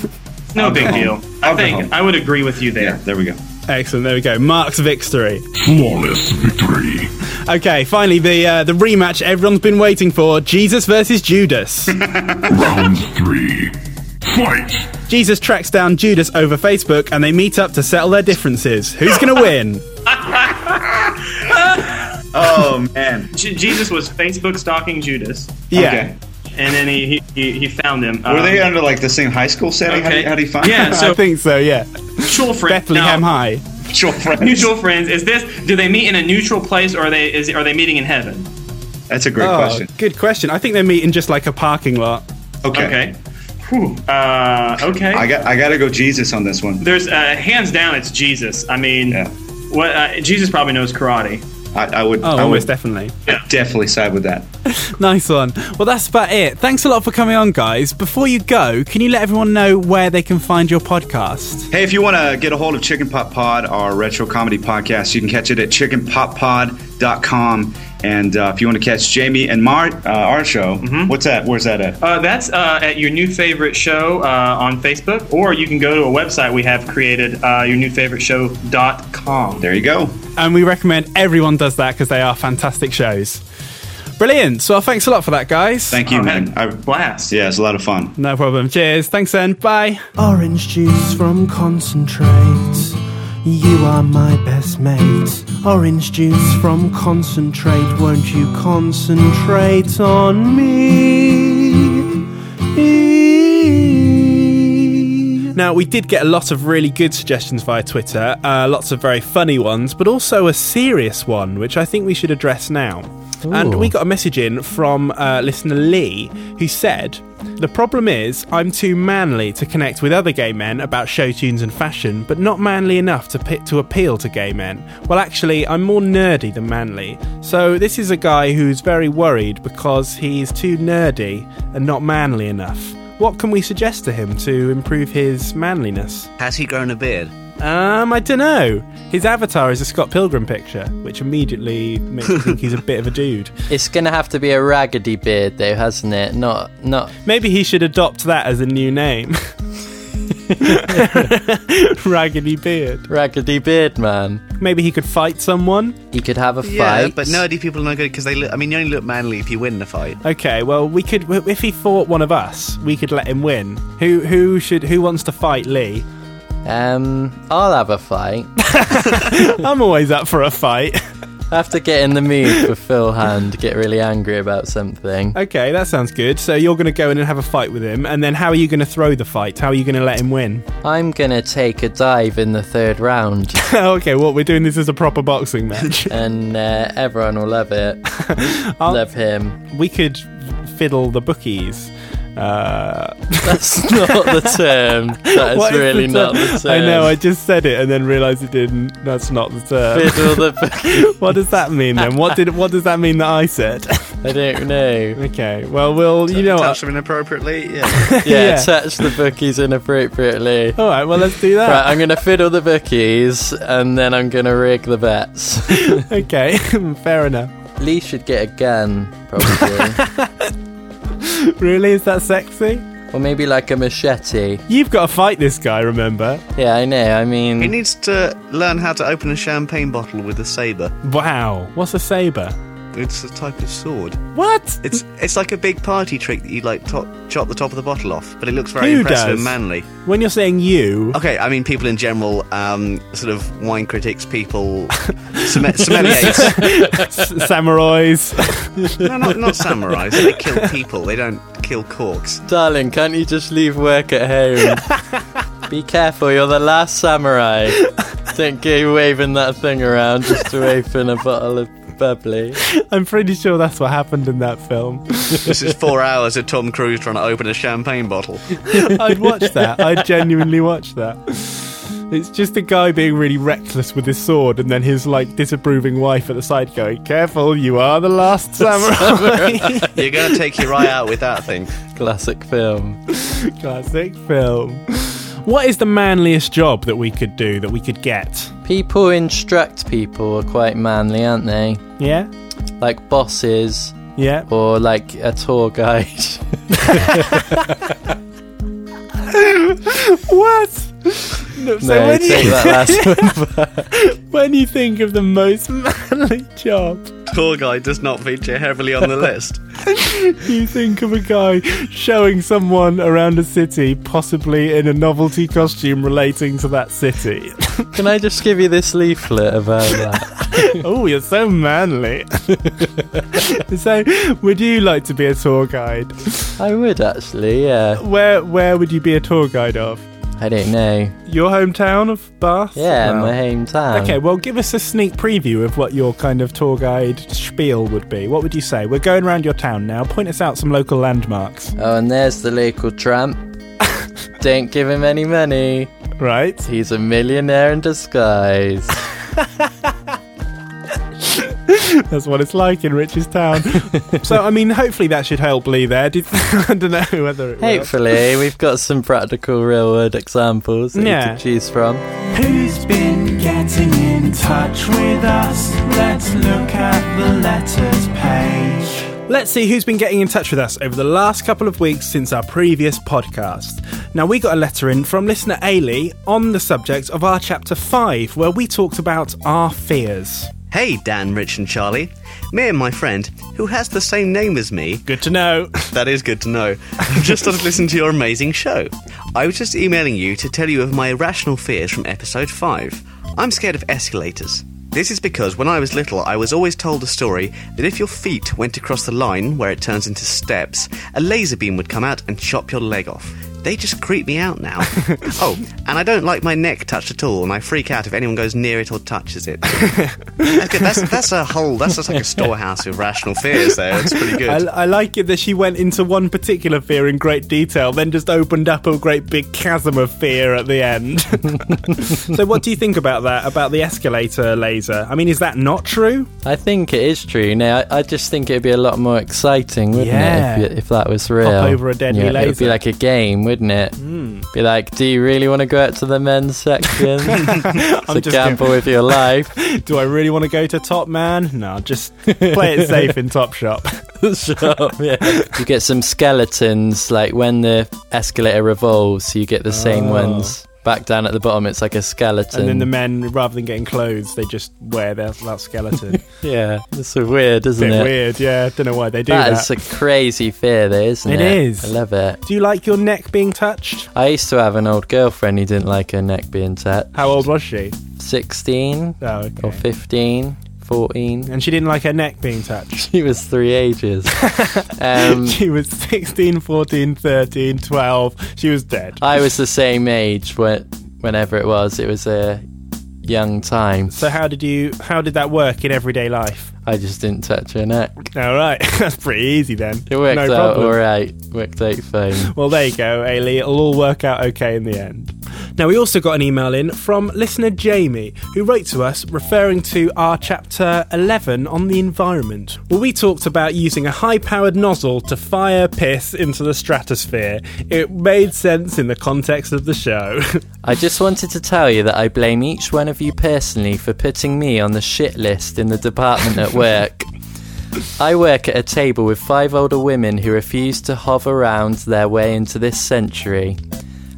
Speaker 7: no
Speaker 8: I'll go
Speaker 7: big
Speaker 8: home.
Speaker 7: deal.
Speaker 8: I'll
Speaker 7: I
Speaker 8: go
Speaker 7: think
Speaker 8: home.
Speaker 7: I would agree with you
Speaker 8: yeah,
Speaker 7: there.
Speaker 8: there we go.
Speaker 2: Excellent, there we go. Marx victory.
Speaker 9: Flawless victory!
Speaker 2: Okay, finally the uh, the rematch everyone's been waiting for: Jesus versus Judas.
Speaker 9: Round three. Fight!
Speaker 2: Jesus tracks down Judas over Facebook, and they meet up to settle their differences. Who's going to win?
Speaker 8: Oh man.
Speaker 7: J- Jesus was Facebook stalking Judas,
Speaker 2: Yeah.
Speaker 8: Okay.
Speaker 7: and then he he, he, he found him.
Speaker 8: Were they
Speaker 7: Um,
Speaker 8: under like the same high school setting? How, do,
Speaker 7: Okay.
Speaker 8: you- how do you find?
Speaker 7: Yeah, so-
Speaker 2: I think so. Yeah,
Speaker 7: mutual friends?
Speaker 2: Bethlehem
Speaker 7: Now-
Speaker 2: High.
Speaker 8: mutual friends.
Speaker 7: Mutual friends. Is this? Do they meet in a neutral place, or are they? Is are they meeting in heaven?
Speaker 8: That's a great
Speaker 2: Oh,
Speaker 8: question.
Speaker 2: Good question. I think they meet in just like a parking lot.
Speaker 8: Okay.
Speaker 7: Okay. Whew. Uh, okay.
Speaker 8: I got. I got to go Jesus on this one.
Speaker 7: There's uh, hands down. It's Jesus. I mean,
Speaker 8: Yeah.
Speaker 7: what? Uh, Jesus probably knows karate.
Speaker 8: I, I would.
Speaker 2: Oh,
Speaker 8: I
Speaker 2: almost
Speaker 8: would
Speaker 2: definitely.
Speaker 8: definitely side with that.
Speaker 2: Nice one. Well, that's about it. Thanks a lot for coming on, guys. Before you go, can you let everyone know where they can find your podcast?
Speaker 8: Hey, if you want to get a hold of Chicken Pop Pod, our retro comedy podcast, you can catch it at chickenpoppod.com. And uh, if you want to catch Jamie and Mar- uh, our show,
Speaker 7: Mm-hmm.
Speaker 8: what's that? Where's that at?
Speaker 7: Uh, that's uh, at your new favorite show uh, on Facebook, or you can go to a website we have created, uh, your new favorite show.com.
Speaker 8: There you go.
Speaker 2: And we recommend everyone does that because they are fantastic shows. Brilliant. So, thanks a lot for that, guys.
Speaker 8: Thank you,
Speaker 7: Oh,
Speaker 8: man.
Speaker 7: had a
Speaker 8: I-
Speaker 7: blast.
Speaker 8: yeah, it's a lot of fun.
Speaker 2: No problem. Cheers. Thanks, then. Bye.
Speaker 10: Orange juice from concentrate. You are my best mate. Orange juice from concentrate. Won't you concentrate on me?
Speaker 2: Now, we did get a lot of really good suggestions via Twitter, uh, lots of very funny ones, but also a serious one, which I think we should address now. And we got a message in from uh, listener Lee, who said, The problem is, I'm too manly to connect with other gay men about show tunes and fashion, but not manly enough to, pit to appeal to gay men. Well, actually, I'm more nerdy than manly. So, this is a guy who's very worried because he's too nerdy and not manly enough. What can we suggest to him to improve his manliness?
Speaker 3: Has he grown a beard?
Speaker 2: Um, I don't know. His avatar is a Scott Pilgrim picture, which immediately makes me think he's a bit of a dude.
Speaker 4: It's gonna have to be a raggedy beard, though, hasn't it? Not, not.
Speaker 2: Maybe he should adopt that as a new name. Raggedy beard.
Speaker 4: Raggedy beard man.
Speaker 2: Maybe he could fight someone.
Speaker 4: He could have a
Speaker 3: Yeah,
Speaker 4: fight.
Speaker 3: but nerdy people are not good because they look. I mean, you only look manly if you win the fight.
Speaker 2: Okay, well we could if he fought one of us, we could let him win. Who who should who wants to fight Lee?
Speaker 4: Um, I'll have a fight.
Speaker 2: I'm always up for a fight.
Speaker 4: I have to get in the mood for Phil Hand, get really angry about something.
Speaker 2: Okay, that sounds good. So you're going to go in and have a fight with him, and then how are you going to throw the fight? How are you going to let him win?
Speaker 4: I'm gonna take a dive in the third round,
Speaker 2: okay, well we're doing this as a proper boxing match.
Speaker 4: and uh, everyone will love it. Love him.
Speaker 2: we could fiddle the bookies. Uh,
Speaker 4: That's not the term. That is
Speaker 2: what is
Speaker 4: really
Speaker 2: the
Speaker 4: not
Speaker 2: term?
Speaker 4: the term.
Speaker 2: I know. I just said it and then realised it didn't. That's not the term.
Speaker 4: Fiddle the bookies.
Speaker 2: what does that mean then? What did? What does that mean that I said?
Speaker 4: I don't know.
Speaker 2: okay. Well, we'll. You know what?
Speaker 3: Touch them inappropriately. Yeah.
Speaker 4: Yeah,
Speaker 2: Yeah. Oh,
Speaker 4: touch the bookies inappropriately.
Speaker 2: All right. Well, let's do that.
Speaker 4: Right, I'm gonna fiddle the bookies and then I'm gonna rig the bets.
Speaker 2: Okay. Fair enough.
Speaker 4: Lee should get a gun, probably.
Speaker 2: Really? Is that sexy?
Speaker 4: or maybe like a machete.
Speaker 2: You've got to fight this guy. Remember?
Speaker 4: Yeah, I know. I
Speaker 3: he
Speaker 4: mean,
Speaker 3: needs to learn how to open a champagne bottle with a saber.
Speaker 2: Wow. What's a saber?
Speaker 3: It's a type of sword.
Speaker 2: What?
Speaker 3: It's it's like a big party trick that you like to- chop the top of the bottle off, but it looks very
Speaker 2: Who
Speaker 3: impressive
Speaker 2: does?
Speaker 3: and manly.
Speaker 2: When you're saying you,
Speaker 3: Okay, I mean people in general, um, sort of wine critics, people, somm- sommeliers.
Speaker 2: s- samurais.
Speaker 3: no, not, not samurais. They kill people. They don't kill corks.
Speaker 4: darling, can't you just leave work at home? Be careful, you're the last samurai. Don't go waving that thing around just to open a bottle of bubbly.
Speaker 2: I'm pretty sure that's what happened in that film.
Speaker 3: This is four hours of Tom Cruise trying to open a champagne bottle.
Speaker 2: I'd watch that. I'd genuinely watch that. It's just a guy being really reckless with his sword, and then his like disapproving wife at the side going, "Careful, you are the last samurai."
Speaker 3: You're going to take your eye out with that thing.
Speaker 4: Classic film.
Speaker 2: Classic film. What is the manliest job that we could do that we could get?
Speaker 4: People who instruct people are quite manly, aren't they?
Speaker 2: Yeah,
Speaker 4: Like bosses
Speaker 2: yeah.
Speaker 4: or like a tour guide.
Speaker 2: What? No, so
Speaker 4: no,
Speaker 2: when
Speaker 4: take
Speaker 2: you
Speaker 4: that last one.
Speaker 2: when you think of the most manly job,
Speaker 3: Tour guide does not feature heavily on the list.
Speaker 2: you think of a guy showing someone around a city, possibly in a novelty costume relating to that city.
Speaker 4: Can I just give you this leaflet about that?
Speaker 2: Oh, you're so manly. so, would you like to be a tour guide?
Speaker 4: I would actually, yeah.
Speaker 2: Where where would you be a tour guide of?
Speaker 4: I don't know.
Speaker 2: Your hometown of Bath?
Speaker 4: Yeah,
Speaker 2: Well,
Speaker 4: my hometown.
Speaker 2: Okay, well, give us a sneak preview of what your kind of tour guide spiel would be. What would you say? We're going around your town now. Point us out some local landmarks.
Speaker 4: Oh, and there's the local tramp. don't give him any money.
Speaker 2: Right?
Speaker 4: He's a millionaire in disguise.
Speaker 2: That's what it's like in Rich's town. so, I mean, hopefully that should help Lee there. Did, I don't know whether it will.
Speaker 4: Hopefully, we've got some practical real world examples that
Speaker 2: Yeah.
Speaker 4: you can choose from.
Speaker 10: Who's been getting in touch with us? Let's look at the letters page.
Speaker 2: Let's see who's been getting in touch with us over the last couple of weeks since our previous podcast. Now, we got a letter in from listener Ailey on the subject of our chapter 5, where we talked about our fears.
Speaker 3: Hey, Dan, Rich, and Charlie. Me and my friend, who has the same name as me,
Speaker 2: Good to know.
Speaker 3: That is good to know. I've just started listening to your amazing show. I was just emailing you to tell you of my irrational fears from episode 5. I'm scared of escalators. This is because when I was little, I was always told a story that if your feet went across the line where it turns into steps, a laser beam would come out and chop your leg off. They just creep me out now. oh, and I don't like my neck touched at all, and I freak out if anyone goes near it or touches it. Okay, that's, that's a whole, that's just like a storehouse of rational fears there. It's pretty good.
Speaker 2: I, I like it that she went into one particular fear in great detail, then just opened up a great big chasm of fear at the end. so, what do you think about that? About the escalator laser? I mean, is that not true?
Speaker 4: I think it is true. Now, I, I just think it'd be a lot more exciting, wouldn't
Speaker 2: Yeah.
Speaker 4: it, if, you- if that was real?
Speaker 2: over a deadly
Speaker 4: It'd be
Speaker 2: laser. Hmm.
Speaker 4: like a game, wouldn't it? Be like, do you really want to go out to the men's section? it's a
Speaker 2: just
Speaker 4: gamble with your life.
Speaker 2: Do I really want to go to Top Man? No, just play it safe in Top Shop.
Speaker 4: Shop, yeah. You get some skeletons, like when the escalator revolves, so you get the same ones. Back down at the bottom, it's like a
Speaker 2: Oh.
Speaker 4: skeleton.
Speaker 2: And then the men, rather than getting clothes, they just wear their that skeleton.
Speaker 4: yeah, it's so weird, isn't
Speaker 2: Bit
Speaker 4: it?
Speaker 2: weird, yeah. Don't know why they do
Speaker 4: That
Speaker 2: that.
Speaker 4: is a crazy fear, there, isn't
Speaker 2: It
Speaker 4: it?
Speaker 2: is.
Speaker 4: I love it.
Speaker 2: do you like your neck being touched?
Speaker 4: I used to have an old girlfriend who didn't like her neck being touched.
Speaker 2: How old was she?
Speaker 4: 16
Speaker 2: Oh,
Speaker 4: or
Speaker 2: okay.
Speaker 4: 15, 14.
Speaker 2: And she didn't like her neck being touched.
Speaker 4: She was three ages. um,
Speaker 2: She was 16, 14, 13, 12. She was dead.
Speaker 4: I was the same age when, whenever it was. It was a young time.
Speaker 2: So how did you? How did that work in everyday life?
Speaker 4: I just didn't touch her neck.
Speaker 2: All right, that's pretty easy then.
Speaker 4: It worked
Speaker 2: no
Speaker 4: out
Speaker 2: problem.
Speaker 4: all right. Worked out fine.
Speaker 2: Well, there you go, Ailey. It'll all work out okay in the end. Now, we also got an email in from listener Jamie, who wrote to us referring to our chapter 11 on the environment, where we talked about using a high powered nozzle to fire piss into the stratosphere. It made sense in the context of the show.
Speaker 4: I just wanted to tell you that I blame each one of you personally for putting me on the shit list in the department at work. I work at a table with five older women who refuse to hover around their way into this century.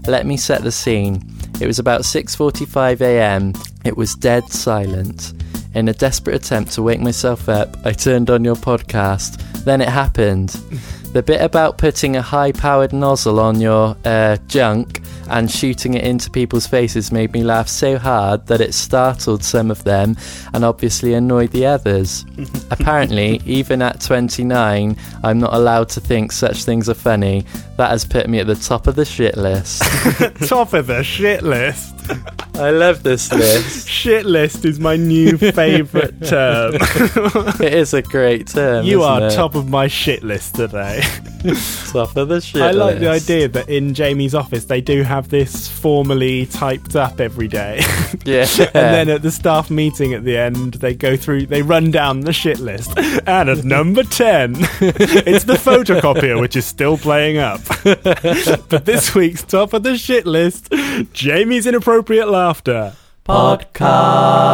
Speaker 4: Let me set the scene. It was about 6:45 a.m. It was dead silent. In a desperate attempt to wake myself up, I turned on your podcast. Then it happened. The bit about putting a high-powered nozzle on your uh, junk and shooting it into people's faces made me laugh so hard that it startled some of them and obviously annoyed the others. Apparently, even at 29, I'm not allowed to think such things are funny. That has put me at the top of the shit list.
Speaker 2: Top of the shit list.
Speaker 4: I love this list.
Speaker 2: Shit list is my new favourite term.
Speaker 4: it is a great term.
Speaker 2: you
Speaker 4: isn't
Speaker 2: are
Speaker 4: it?
Speaker 2: top of my shit list today.
Speaker 4: top of the shit
Speaker 2: I like the
Speaker 4: list.
Speaker 2: idea that in Jamie's office they do have this formally typed up every day.
Speaker 4: Yeah.
Speaker 2: And then at the staff meeting at the end, they go through, they run down the shit list. And at number 10, it's the photocopier, which is still playing up. but this week's top of the shit list Jamie's inappropriate laughter.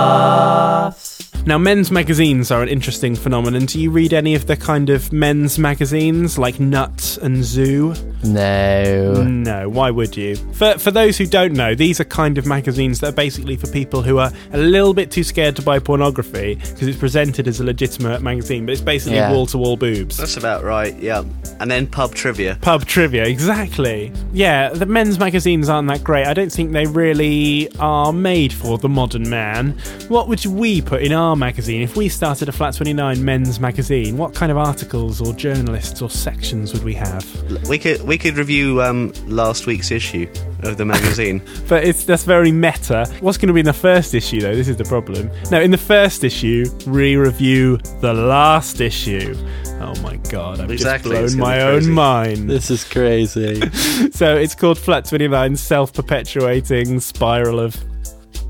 Speaker 2: Podcast. Now, men's magazines are an interesting phenomenon. Do you read any of the kind of men's magazines like Nut and Zoo?
Speaker 4: no.
Speaker 2: No, why would you? For, for those who don't know, these are kind of magazines that are basically for people who are a little bit too scared to buy pornography because it's presented as a legitimate magazine, but it's basically
Speaker 4: Yeah.
Speaker 2: wall to wall boobs.
Speaker 3: That's about right, yeah. And then pub trivia.
Speaker 2: Pub trivia, exactly. Yeah, the men's magazines aren't that great. I don't think they really are made for the modern man. What would we put in our magazine if we started a Flat 29 men's magazine? What kind of articles or journalists or sections would we have?
Speaker 3: We could we could review um, last week's issue of the magazine.
Speaker 2: But it's that's very meta. What's going to be in the first issue, though? This is the problem. Now, in the first issue, re-review the last issue. Oh my god, I've
Speaker 3: Exactly, it's
Speaker 2: just blown
Speaker 3: gonna be
Speaker 2: my own
Speaker 3: crazy.
Speaker 2: mind.
Speaker 4: This is crazy.
Speaker 2: So it's called Flat Twenty Nine: Self-Perpetuating Spiral of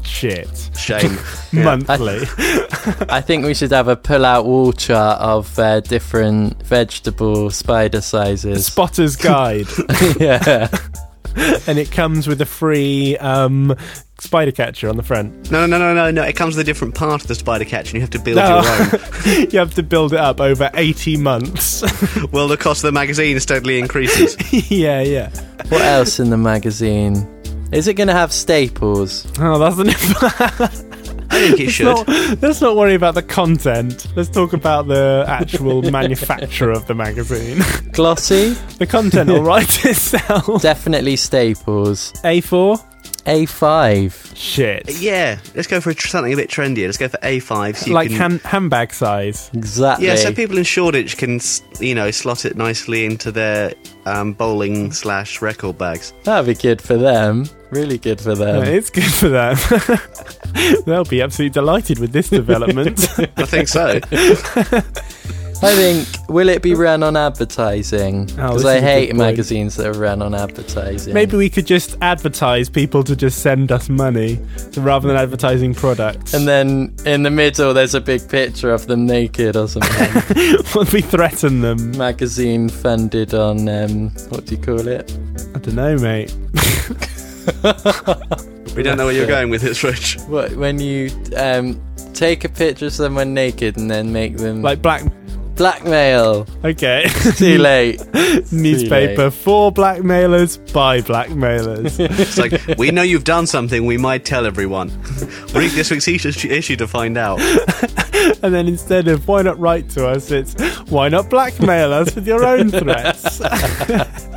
Speaker 2: Shit
Speaker 3: Shame.
Speaker 2: Monthly.
Speaker 4: I think we should have a pull-out wall chart of uh, different vegetable spider sizes.
Speaker 2: Spotter's Guide,
Speaker 4: yeah.
Speaker 2: and it comes with a free um, spider catcher on the front.
Speaker 3: No, no, no, no, no, no. It comes with a different part of the spider catch, and you have to build
Speaker 2: No.
Speaker 3: your
Speaker 2: you have to build it up over eighty months.
Speaker 3: own. Well, the cost of the magazine steadily increases.
Speaker 2: yeah, yeah.
Speaker 4: What else in the magazine? Is it going to have staples?
Speaker 2: Oh, that's an.
Speaker 3: I think it should.
Speaker 2: Not- let's not worry about the content. Let's talk about the actual manufacturer of the magazine.
Speaker 4: Glossy?
Speaker 2: The content will write itself.
Speaker 4: Definitely staples.
Speaker 2: A4?
Speaker 4: A5.
Speaker 2: Shit.
Speaker 3: Yeah, let's go for tr- something a bit trendier. Let's go for A5. So you
Speaker 2: like
Speaker 3: can,
Speaker 2: hand- handbag size.
Speaker 4: Exactly.
Speaker 3: Yeah, so people in Shoreditch can, s- you know, slot it nicely into their um, bowling slash record bags.
Speaker 4: That'd be good for them. Really good for them.
Speaker 2: it's good for them. They'll be absolutely delighted with this development.
Speaker 3: I think so.
Speaker 4: I think will it be run on advertising?
Speaker 2: Oh,
Speaker 4: Because
Speaker 2: this
Speaker 4: I
Speaker 2: is a
Speaker 4: hate
Speaker 2: good point.
Speaker 4: magazines that are run on advertising.
Speaker 2: Maybe we could just advertise people to just send us money so rather than advertising products.
Speaker 4: And then in the middle, there's a big picture of them naked or something.
Speaker 2: Once we threaten them,
Speaker 4: Magazine funded on um, what do you call it?
Speaker 2: I don't know, mate.
Speaker 3: We don't know where you're going with this, Rich.
Speaker 4: What when you um, take a picture of someone naked and then make them
Speaker 2: Like black.
Speaker 4: blackmail.
Speaker 2: Okay.
Speaker 4: Too late.
Speaker 2: Newspaper for blackmailers by blackmailers.
Speaker 3: It's like, we know you've done something, we might tell everyone. Read this week's issue issue to find out.
Speaker 2: and then instead of why not write to us, it's why not blackmail us with your own threats?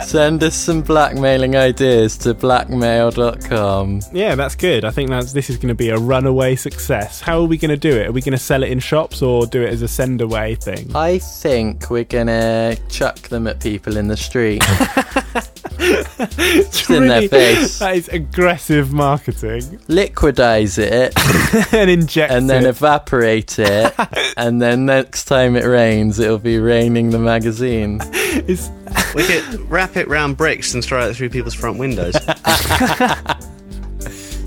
Speaker 4: Send us some blackmailing ideas to blackmail.com.
Speaker 2: yeah, that's good. I think that's this is going to be a runaway success. How are we going to do it? Are we going to sell it in shops or do it as a send away thing?
Speaker 4: I think we're gonna chuck them at people in the street. Just in their face.
Speaker 2: That is aggressive marketing.
Speaker 4: Liquidize it
Speaker 2: and inject
Speaker 4: and then
Speaker 2: it.
Speaker 4: evaporate it. and then next time it rains, it'll be raining the magazine.
Speaker 2: It's-
Speaker 3: We could wrap it round bricks and throw it through people's front windows.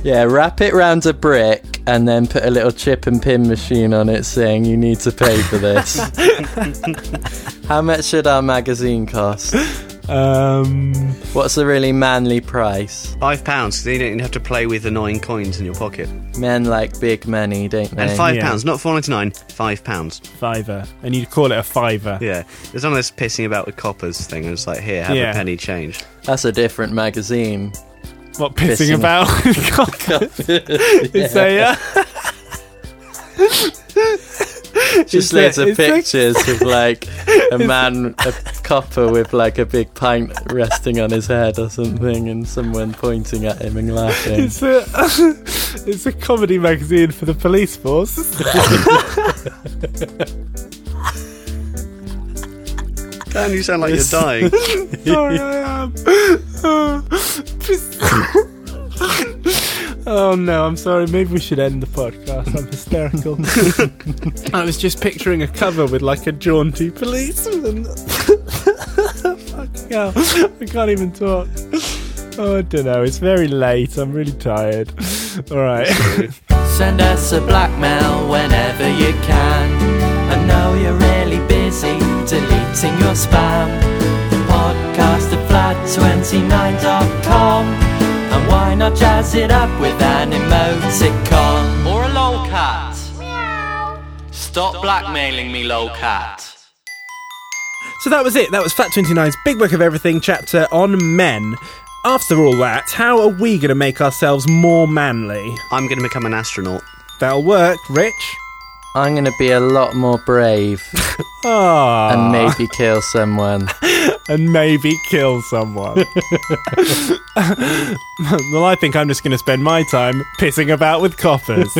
Speaker 4: Yeah, wrap it round a brick and then put a little chip and pin machine on it saying you need to pay for this. How much should our magazine cost?
Speaker 2: um,
Speaker 4: What's a really manly price?
Speaker 3: Five pounds, then you don't have to play with annoying coins in your pocket.
Speaker 4: Men like big money, don't they?
Speaker 3: And five
Speaker 2: Uh, yeah.
Speaker 3: pounds, not four ninety nine, five pounds.
Speaker 2: fiver, and you'd call it a fiver.
Speaker 3: Yeah. There's none of this pissing about with coppers thing. It's like, here, have
Speaker 2: Yeah.
Speaker 3: a penny change.
Speaker 4: That's a different magazine.
Speaker 2: What pissing,
Speaker 4: Pissing.
Speaker 2: about? God, it's a, uh,
Speaker 4: Just
Speaker 2: that-
Speaker 4: loads of
Speaker 2: is that-
Speaker 4: pictures of like a man, a copper with like a big pint resting on his head or something, and someone pointing at him and laughing.
Speaker 2: it's a it's a comedy magazine for the police force.
Speaker 3: Dan, you sound like you're dying.
Speaker 2: Sorry, I am. oh no, I'm sorry. Maybe we should end the podcast. I'm hysterical. I was just picturing a cover with like a jaunty policeman. Fucking hell, I can't even talk. Oh, I don't know. It's very late. I'm really tired. All right.
Speaker 6: Send us a blackmail whenever you can. I know you're really busy deleting your spam. The podcast at flat29.com. And why not jazz it up with an emoticon? Or a lolcat. Stop blackmailing me, lolcat.
Speaker 2: So that was it. That was Flat 29's Big Book of Everything chapter on men. After all that, how are we going to make ourselves more manly?
Speaker 3: I'm going to become an astronaut.
Speaker 2: That'll work, Rich.
Speaker 4: I'm gonna be a lot more brave
Speaker 2: Ah,
Speaker 4: and maybe kill someone.
Speaker 2: and maybe kill someone. well, I think I'm just going to spend my time pissing about with coppers.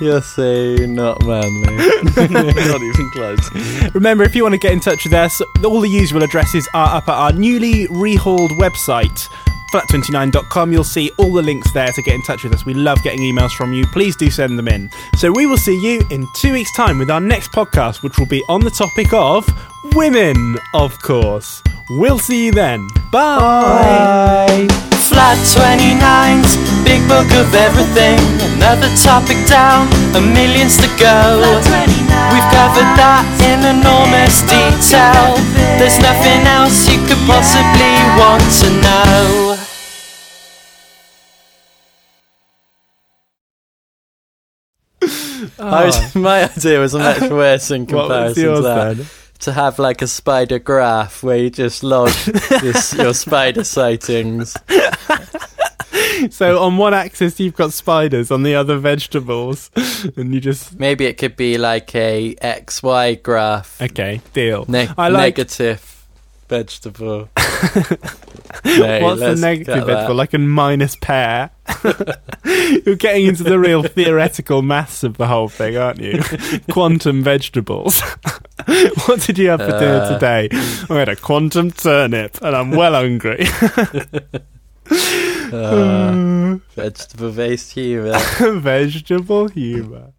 Speaker 4: You're so not manly.
Speaker 3: Not even close.
Speaker 2: Remember, if you want to get in touch with us, all the usual addresses are up at our newly rehauled website, flat29.com. You'll see all the links there to get in touch with us. We love getting emails from you. Please do send them in. So we will see you in two weeks' time with our next podcast, which will be on the topic of women, of course. We'll see you then. Bye.
Speaker 6: Flat 29's big book of everything. Another topic down, a millions to go. We've covered that in enormous detail. There's nothing else you could possibly want to know.
Speaker 4: I was, my idea was much worse in
Speaker 2: Ah. What was
Speaker 4: comparison to
Speaker 2: yours
Speaker 4: that.
Speaker 2: then?
Speaker 4: To have like a spider graph where you just log your, s- your spider sightings.
Speaker 2: So on one axis you've got spiders, on the other vegetables, and you just
Speaker 4: Maybe it could be like a XY graph.
Speaker 2: okay deal.
Speaker 4: Ne-
Speaker 2: I like
Speaker 4: negative vegetable. No,
Speaker 2: What's the
Speaker 4: let's
Speaker 2: negative
Speaker 4: cut that.
Speaker 2: vegetable? Like a minus pair. You're getting into the real theoretical maths of the whole thing, aren't you? quantum vegetables. what did you have for dinner
Speaker 4: Uh.
Speaker 2: today? I had a quantum turnip, and I'm well hungry.
Speaker 4: Uh, vegetable based humour.
Speaker 2: Vegetable humour.